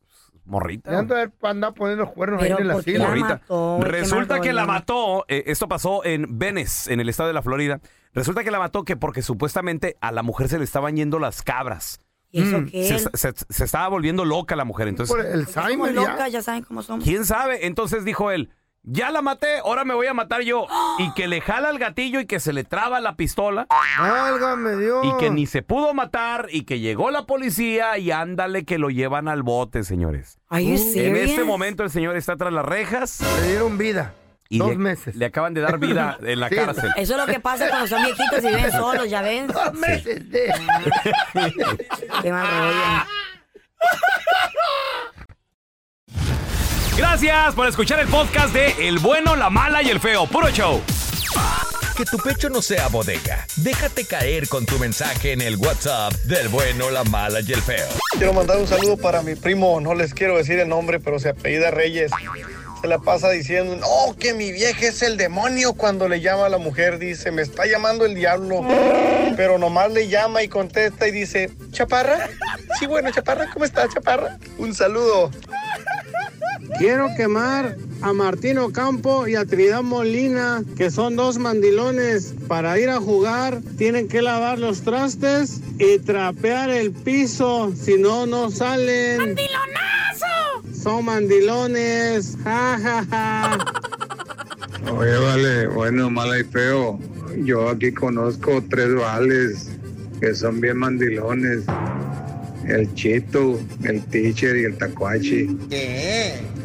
Speaker 1: morrita.
Speaker 3: Ya anda anda poniendo los cuernos ahí
Speaker 2: Pero
Speaker 3: en la
Speaker 2: ¿por qué
Speaker 3: silla.
Speaker 2: la mató? Qué
Speaker 1: Resulta
Speaker 2: mal
Speaker 1: que la
Speaker 2: rollo.
Speaker 1: mató, eh, esto pasó en Venice, en el estado de la Florida. Resulta que la mató que porque supuestamente a la mujer se le estaban yendo las cabras.
Speaker 2: ¿Y eso
Speaker 1: Mm,
Speaker 2: qué?
Speaker 1: se, se- se estaba volviendo loca la mujer. Entonces,
Speaker 3: Por el
Speaker 2: Somos
Speaker 3: Alzheimer
Speaker 2: locas,
Speaker 3: ya.
Speaker 2: ya saben cómo somos.
Speaker 1: ¿quién sabe? Entonces dijo él, ya la maté, ahora me voy a matar yo. Y que le jala el gatillo y que se le traba la pistola.
Speaker 3: Válgame Dios.
Speaker 1: Y que ni se pudo matar y que llegó la policía y ándale que lo llevan al bote, señores.
Speaker 2: Are you
Speaker 1: En
Speaker 2: serious?
Speaker 1: este momento el señor está tras las rejas.
Speaker 3: Le dieron vida.
Speaker 1: Y Dos meses. Le acaban de dar vida en la
Speaker 2: Sí.
Speaker 1: cárcel.
Speaker 2: Eso es lo que pasa cuando son viejitos y viven solos, ¿ya ven? Dos meses de... Qué mal rollo.
Speaker 1: Gracias por escuchar el podcast de El bueno, la mala y el feo. Puro show.
Speaker 16: Que tu pecho no sea bodega. Déjate caer con tu mensaje en el WhatsApp del bueno, la mala y el feo.
Speaker 5: Quiero mandar un saludo para mi primo, no les quiero decir el nombre, pero se apellida Reyes. Se la pasa diciendo, no, que mi vieja es el demonio cuando le llama a la mujer, dice, me está llamando el diablo. Pero nomás le llama y contesta y dice, chaparra. Sí, bueno, chaparra, ¿cómo estás, chaparra? Un saludo.
Speaker 27: Quiero quemar a Martino Campo y a Trinidad Molina, que son dos mandilones. Para ir a jugar tienen que lavar los trastes y trapear el piso, si no, no salen. ¡Mandilonazo! Son mandilones. Ja, ja, ja.
Speaker 28: Oye, vale, bueno, mala y feo. Yo aquí conozco tres vales que son bien mandilones. El Chito, el Teacher y el Tacuachi.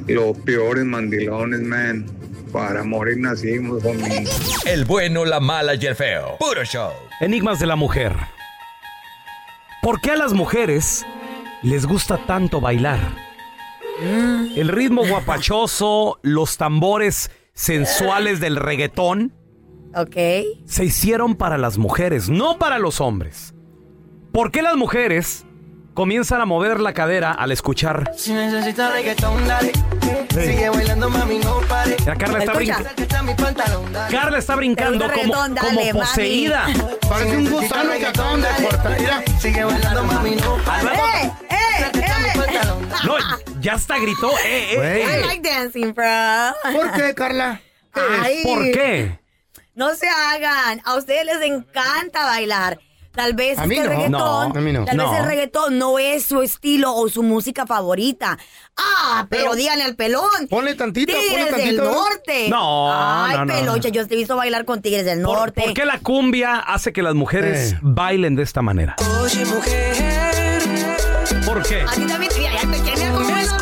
Speaker 28: Los peores mandilones, man. Para morir nacimos, homie.
Speaker 16: El bueno, la mala y el feo. Puro show.
Speaker 1: Enigmas de la mujer. ¿Por qué a las mujeres les gusta tanto bailar?
Speaker 2: Mm.
Speaker 1: El ritmo guapachoso, los tambores sensuales del reggaetón.
Speaker 2: Ok.
Speaker 1: Se hicieron para las mujeres, no para los hombres. ¿Por qué las mujeres comienzan a mover la cadera al escuchar?
Speaker 12: Si necesitas reggaetón, dale. Sigue bailando, mami, no pare.
Speaker 1: La Carla está Escucha. brinca- Carla está brincando como, como poseída.
Speaker 12: Parece un gusano que acaban de cortar. Sigue bailando, mami, no pare.
Speaker 2: ¡Eh, eh, eh!
Speaker 1: No, ya hasta gritó. eh, eh,
Speaker 2: I
Speaker 1: eh.
Speaker 2: like dancing, bro.
Speaker 3: ¿Por qué, Carla?
Speaker 2: Ay.
Speaker 1: Ah, ¿Por qué?
Speaker 2: No se hagan. A ustedes les encanta bailar. Tal vez
Speaker 3: A mí
Speaker 2: este
Speaker 3: no.
Speaker 2: reggaetón,
Speaker 3: No, a mí no.
Speaker 2: tal
Speaker 3: No.
Speaker 2: vez el reggaetón no es su estilo o su música favorita. Ah, pero,
Speaker 3: Pero-
Speaker 2: díganle al pelón.
Speaker 3: Ponle tantito,
Speaker 2: Tigres
Speaker 3: ponle
Speaker 2: del
Speaker 3: tantito.
Speaker 2: Norte.
Speaker 1: No,
Speaker 2: Ay,
Speaker 1: no, no,
Speaker 2: peloncha,
Speaker 1: no.
Speaker 2: yo te he visto bailar con Tigres del Norte.
Speaker 1: ¿Por qué la cumbia hace que las
Speaker 3: Eh.
Speaker 1: mujeres bailen de esta manera?
Speaker 2: Oye, mujer.
Speaker 1: ¿Por qué?
Speaker 2: A ti también, tía, ya te quería comer eso.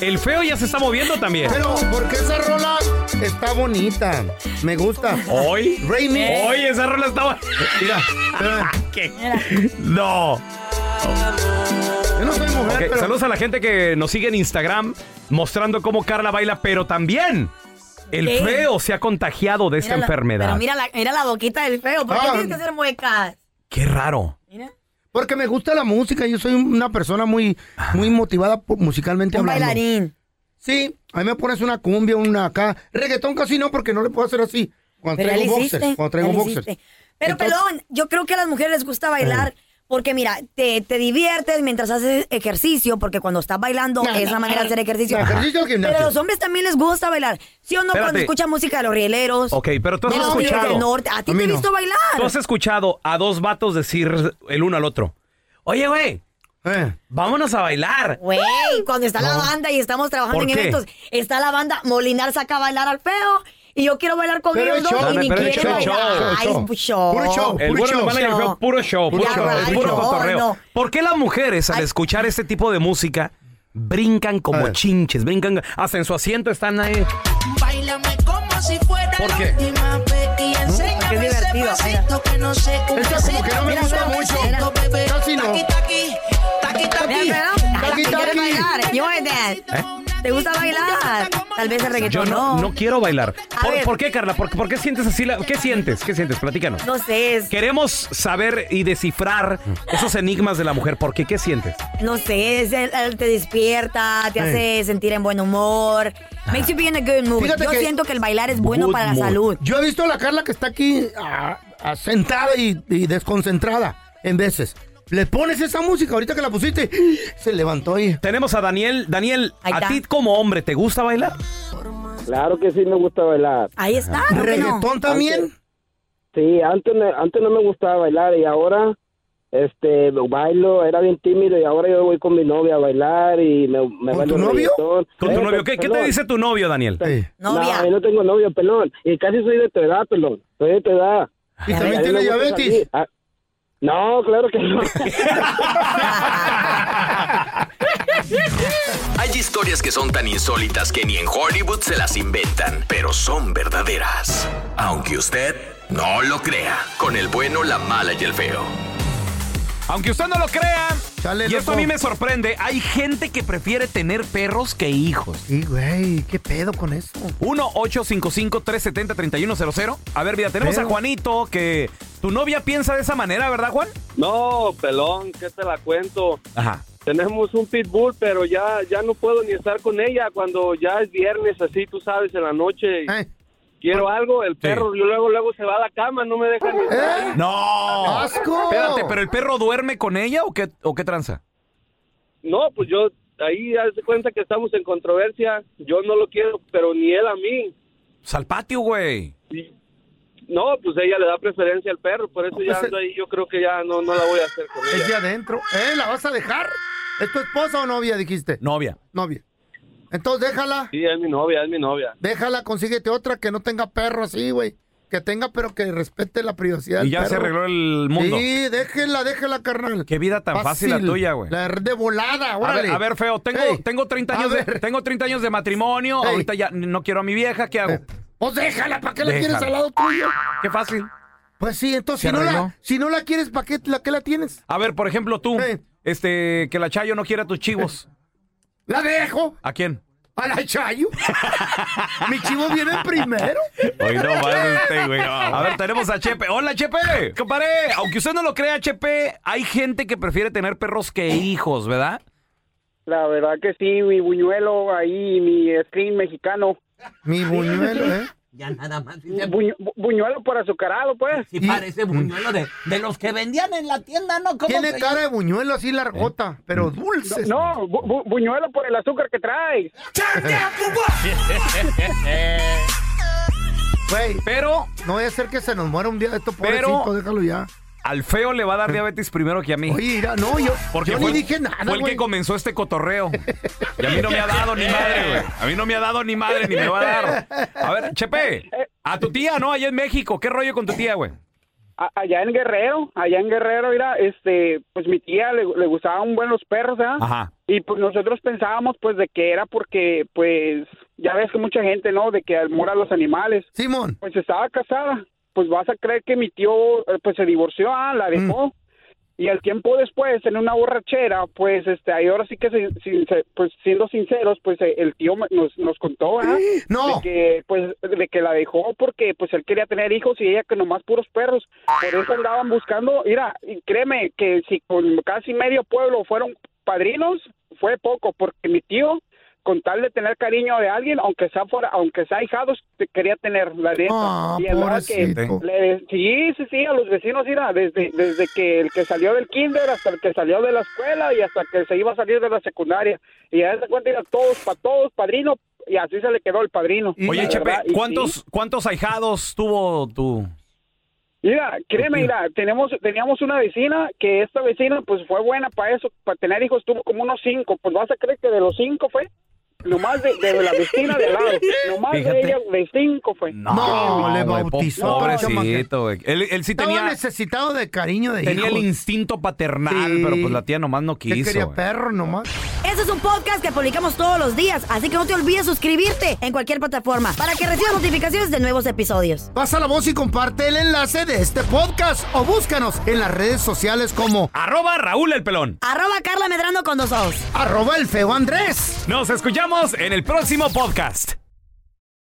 Speaker 1: El feo ya se está moviendo también.
Speaker 3: Pero, ¿por qué esa rola está bonita? Me gusta.
Speaker 1: ¿Hoy?
Speaker 3: Rainy.
Speaker 1: Hoy esa rola estaba.
Speaker 3: Mira,
Speaker 1: Ah,
Speaker 3: espérame.
Speaker 1: No.
Speaker 3: Yo no soy mujer,
Speaker 1: Ok,
Speaker 3: pero...
Speaker 1: Saludos a la gente que nos sigue en Instagram mostrando cómo Carla baila, pero también el
Speaker 2: Sí.
Speaker 1: feo se ha contagiado de esta
Speaker 2: Mira la-
Speaker 1: enfermedad.
Speaker 2: Pero mira la, mira la boquita del feo. ¿Por qué
Speaker 3: Ah.
Speaker 2: tienes que hacer muecas?
Speaker 1: Qué raro.
Speaker 3: Porque me gusta la música, yo soy una persona muy, muy motivada por- musicalmente
Speaker 2: Un
Speaker 3: hablando.
Speaker 2: bailarín.
Speaker 3: Sí, a mí me pones una cumbia, una acá. Reggaetón casi no, porque no le puedo hacer así. Cuando
Speaker 2: Pero
Speaker 3: traigo
Speaker 2: ya lo
Speaker 3: boxers,
Speaker 2: hiciste,
Speaker 3: cuando traigo
Speaker 2: ya lo
Speaker 3: boxers.
Speaker 2: hiciste. Pero
Speaker 3: Entonces-
Speaker 2: pelón, yo creo que a las mujeres les gusta bailar porque mira, te, te diviertes mientras haces ejercicio, porque cuando estás bailando
Speaker 3: No,
Speaker 2: es
Speaker 3: no,
Speaker 2: la manera de hacer ejercicio.
Speaker 3: no, ejercicio o gimnasio.
Speaker 2: Pero a los hombres también les gusta bailar. ¿Sí o no? Cuando
Speaker 1: Espérate.
Speaker 2: escuchan música de los rieleros.
Speaker 3: Oh.
Speaker 1: Ok, pero tú has
Speaker 2: de los Tigres
Speaker 1: escuchado.
Speaker 2: del norte. A ti te he visto bailar.
Speaker 1: Tú has escuchado a dos vatos decir el uno al otro: Oye, güey, Eh. vámonos a bailar.
Speaker 2: Güey, cuando está la banda y estamos trabajando
Speaker 1: ¿Por
Speaker 2: en
Speaker 1: qué?
Speaker 2: eventos, está la banda, Molinar saca a bailar al feo y yo quiero bailar con
Speaker 1: Pero
Speaker 2: ellos
Speaker 1: es
Speaker 2: dos
Speaker 1: show,
Speaker 2: y ni
Speaker 1: pero es
Speaker 2: quiere
Speaker 1: show,
Speaker 2: bailar. Ay,
Speaker 1: show,
Speaker 2: es show.
Speaker 1: El bueno, la mala y el feo, puro show, puro,
Speaker 2: Ya,
Speaker 1: show,
Speaker 2: ay,
Speaker 1: puro
Speaker 2: no,
Speaker 1: cotorreo.
Speaker 2: no.
Speaker 1: ¿Por qué las mujeres al escuchar este tipo de música brincan como chinches, brincan hasta en su asiento están ahí?
Speaker 12: Bailame como si fuera
Speaker 1: ¿Por qué? Mm.
Speaker 12: la última vez y enséñame
Speaker 2: Qué
Speaker 12: ese
Speaker 2: divertido,
Speaker 12: pasito que no sé un
Speaker 2: Esta como que no me
Speaker 12: pasito,
Speaker 2: gusta
Speaker 12: un
Speaker 2: mucho.
Speaker 12: pasito, bebé.
Speaker 2: Casi no.
Speaker 12: Taqui, taqui, taqui, taqui.
Speaker 2: Mira,
Speaker 12: Taqui,
Speaker 2: pelón, ¿quieres
Speaker 12: taqui.
Speaker 2: bailar? You want that. ¿Te gusta bailar? Tal vez el
Speaker 1: Yo
Speaker 2: reggaetón
Speaker 1: no,
Speaker 2: ¿Eh? no.
Speaker 1: no quiero bailar.
Speaker 2: A
Speaker 1: ¿Por,
Speaker 2: ver.
Speaker 1: por qué, Carla? ¿Por, por qué sientes así? la- ¿Qué sientes? ¿Qué sientes? Platícanos.
Speaker 2: No sé, es-
Speaker 1: Queremos saber y descifrar esos enigmas de la mujer. ¿Por qué? ¿Qué sientes?
Speaker 2: no sé, es el- el- te despierta, te
Speaker 1: Sí.
Speaker 2: hace sentir en buen humor. Makes you be in a good mood.
Speaker 3: Fíjate
Speaker 2: Yo
Speaker 3: que-
Speaker 2: siento que el bailar es bueno para la salud.
Speaker 3: Yo he visto a la Carla que está aquí ah, ah, sentada y, y desconcentrada en veces. Le pones esa música, ahorita que la pusiste, se levantó y...
Speaker 1: Tenemos a Daniel. Daniel,
Speaker 3: Ahí
Speaker 1: ¿a
Speaker 3: está.
Speaker 1: ti como hombre te gusta bailar?
Speaker 28: Claro que sí me gusta bailar.
Speaker 2: Ahí está.
Speaker 3: ¿Reggaetón también?
Speaker 28: sí, antes, me- antes no me gustaba bailar y ahora este bailo, era bien tímido y ahora yo voy con mi novia a bailar y me, me ¿Con
Speaker 1: tu novio? ¿Con tu novio? ¿Qué, qué te dice tu novio, Daniel?
Speaker 28: Novia. No, yo no tengo novio, pelón. Y casi soy de tu edad, pelón. Soy de tu edad.
Speaker 3: ¿Y también
Speaker 28: A mí me
Speaker 3: tiene
Speaker 28: gusta
Speaker 3: diabetes?
Speaker 28: salir. Ah, no, claro que no.
Speaker 13: Hay historias que son tan insólitas que ni en Hollywood se las inventan, pero son verdaderas. Aunque usted no lo crea, con el bueno, la mala y el feo.
Speaker 1: Aunque usted no lo crea, y esto a mí me sorprende, hay gente que prefiere tener perros que hijos.
Speaker 3: Sí, güey, ¿qué pedo con eso?
Speaker 1: 1-855-370-3100. A ver, mira, tenemos
Speaker 6: Pero-
Speaker 1: a Juanito, que tu novia piensa de esa manera, ¿verdad, Juan?
Speaker 6: No, pelón, ¿qué te la cuento?
Speaker 1: Ajá.
Speaker 6: Tenemos un pitbull, pero ya ya no puedo ni estar con ella cuando ya es viernes así, tú sabes, en la noche. y
Speaker 3: Eh.
Speaker 6: Quiero algo, el perro yo luego luego se va a la cama, no me deja
Speaker 3: ¿Eh?
Speaker 6: ni estar.
Speaker 1: ¡No!
Speaker 6: ¡Asco!
Speaker 1: Espérate, ¿pero el perro duerme con ella o qué, o qué tranza?
Speaker 6: No, pues yo ahí haz de cuenta que estamos en controversia. Yo no lo quiero, pero ni él a mí.
Speaker 1: Pues al patio, güey.
Speaker 6: No, pues ella le da preferencia al perro, por eso ya ando ahí. Yo creo que ya no, no la voy a hacer con
Speaker 3: pues, eh. Es de
Speaker 6: ella.
Speaker 3: adentro. ¿Eh? ¿La vas a dejar? ¿Es tu esposa o novia, dijiste?
Speaker 1: Novia.
Speaker 3: Novia. Entonces déjala,
Speaker 6: Sí, es mi novia, es mi novia.
Speaker 3: déjala, consíguete otra que no tenga perro así, güey. Que tenga, pero que respete la privacidad.
Speaker 1: Y
Speaker 3: del
Speaker 1: ya se
Speaker 3: perro.
Speaker 1: arregló el mundo.
Speaker 3: Sí, déjela, déjela, carnal.
Speaker 1: Qué vida tan fácil, la tuya, güey.
Speaker 3: La de volada,
Speaker 1: A
Speaker 3: órale.
Speaker 1: ver, a ver, feo, tengo, tengo, 30 años de, tengo 30 años de matrimonio, ahorita ya no quiero a mi vieja, ¿qué hago?
Speaker 3: Pues déjala, ¿para qué la
Speaker 1: Déjala.
Speaker 3: quieres al lado tuyo?
Speaker 1: Qué fácil.
Speaker 3: Pues sí, entonces
Speaker 1: Se
Speaker 3: si no,
Speaker 1: arregló.
Speaker 3: la, si no la quieres, ¿para qué la, qué la tienes?
Speaker 1: A ver, por ejemplo, tú, este, que la Chayo no quiera tus chivos.
Speaker 3: ¿La dejo?
Speaker 1: ¿A quién?
Speaker 3: ¿A la Chayo? ¿Mi chivo viene primero?
Speaker 1: Oye, no mames este, güey. A ver, tenemos a Chepe. Hola, Chepe. Compadre, aunque usted no lo crea, Chepe, hay gente que prefiere tener perros que hijos, ¿verdad?
Speaker 29: La verdad que sí, mi buñuelo ahí, mi screen mexicano.
Speaker 3: Mi buñuelo, ¿eh?
Speaker 29: Ya nada más. buñuelo por azucarado, pues.
Speaker 8: Sí, parece buñuelo de, de los que vendían en la tienda, ¿no? ¿Cómo
Speaker 29: Tiene
Speaker 8: se
Speaker 29: cara
Speaker 3: de buñuelo así largota, pero dulce.
Speaker 29: ¿Eh? Mm. No, no, bu- bu- buñuelo por el azúcar que trae.
Speaker 3: Güey.
Speaker 1: Pero.
Speaker 3: No voy a hacer que se nos muera un día de esto,
Speaker 1: Pero-
Speaker 3: pobrecito, déjalo ya.
Speaker 1: Al feo le va a dar diabetes primero que a mí.
Speaker 3: Oye, mira, no, yo-
Speaker 1: Porque
Speaker 3: yo
Speaker 1: fue
Speaker 3: ni
Speaker 1: el-
Speaker 3: dije nada,
Speaker 1: Fue el
Speaker 3: güey.
Speaker 1: que comenzó este cotorreo. Y a mí no me ha dado ni madre, güey. A mí no me ha dado ni madre, ni me va a dar. A ver, Chepe, a tu tía, ¿no? Allá en México. ¿Qué rollo con tu tía, güey?
Speaker 29: A- allá en Guerrero, allá en Guerrero, mira, este, pues mi tía le, le gustaban buen los perros, ¿verdad?
Speaker 1: Ajá.
Speaker 29: Y pues nosotros pensábamos, pues, de que era porque, pues, ya ves que mucha gente, ¿no? De que amor a los animales.
Speaker 3: Simón.
Speaker 29: Pues estaba casada. Pues vas a creer que mi tío, eh, pues, se divorció, ah, la
Speaker 3: Mm.
Speaker 29: dejó. Y al tiempo después, en una borrachera, pues, este, ahí ahora sí que, se- sin- se- pues, siendo sinceros, pues, eh, el tío me- nos, nos contó, ¿verdad?
Speaker 3: No.
Speaker 29: De que, pues, de que la dejó porque, pues, él quería tener hijos y ella que nomás puros perros. Por eso andaban buscando, mira, y créeme que si con casi medio pueblo fueron padrinos, fue poco, porque mi tío, con tal de tener cariño de alguien, aunque sea fuera, aunque sea hijados, te- quería tener la neta.
Speaker 12: Ah,
Speaker 29: Y andaba que
Speaker 12: pobrecito.
Speaker 29: le- sí, sí, sí, a los vecinos, mira, desde, desde que el que salió del kinder hasta el que salió de la escuela y hasta que se iba a salir de la secundaria. Y a esa cuenta era todos, para todos, padrino, y así se le quedó el padrino.
Speaker 1: Oye,
Speaker 29: La
Speaker 1: Chepe,
Speaker 29: verdad, y sí.
Speaker 1: ¿cuántos, ¿cuántos ahijados tuvo tu...?
Speaker 29: Mira, créeme, mira, tenemos, teníamos una vecina que esta vecina pues fue buena para eso, para tener hijos, tuvo como unos cinco, pues vas a creer que de los cinco fue, nomás de, de la vecina de al lado, nomás
Speaker 1: Fíjate.
Speaker 29: de ella, de cinco fue.
Speaker 3: No, le
Speaker 1: güey,
Speaker 3: bautizó,
Speaker 1: Pobrecito, güey. Él, él sí
Speaker 29: Estaba
Speaker 1: tenía...
Speaker 3: necesitado de cariño de
Speaker 1: Tenía
Speaker 3: hijos.
Speaker 1: el instinto paternal,
Speaker 3: Sí.
Speaker 1: pero pues la tía nomás no
Speaker 3: Que
Speaker 1: quiso. eh.
Speaker 3: quería
Speaker 1: güey.
Speaker 3: perro nomás.
Speaker 2: Este es un podcast que publicamos todos los días, así que no te olvides suscribirte en cualquier plataforma para que recibas notificaciones de nuevos episodios.
Speaker 3: Pasa la voz y comparte el enlace de este podcast o búscanos en las redes sociales como
Speaker 1: Arroba Raúl el pelón.
Speaker 2: Arroba Carla Medrano con dos ojos.
Speaker 3: arroba el feo Andrés.
Speaker 1: Nos escuchamos en el próximo podcast.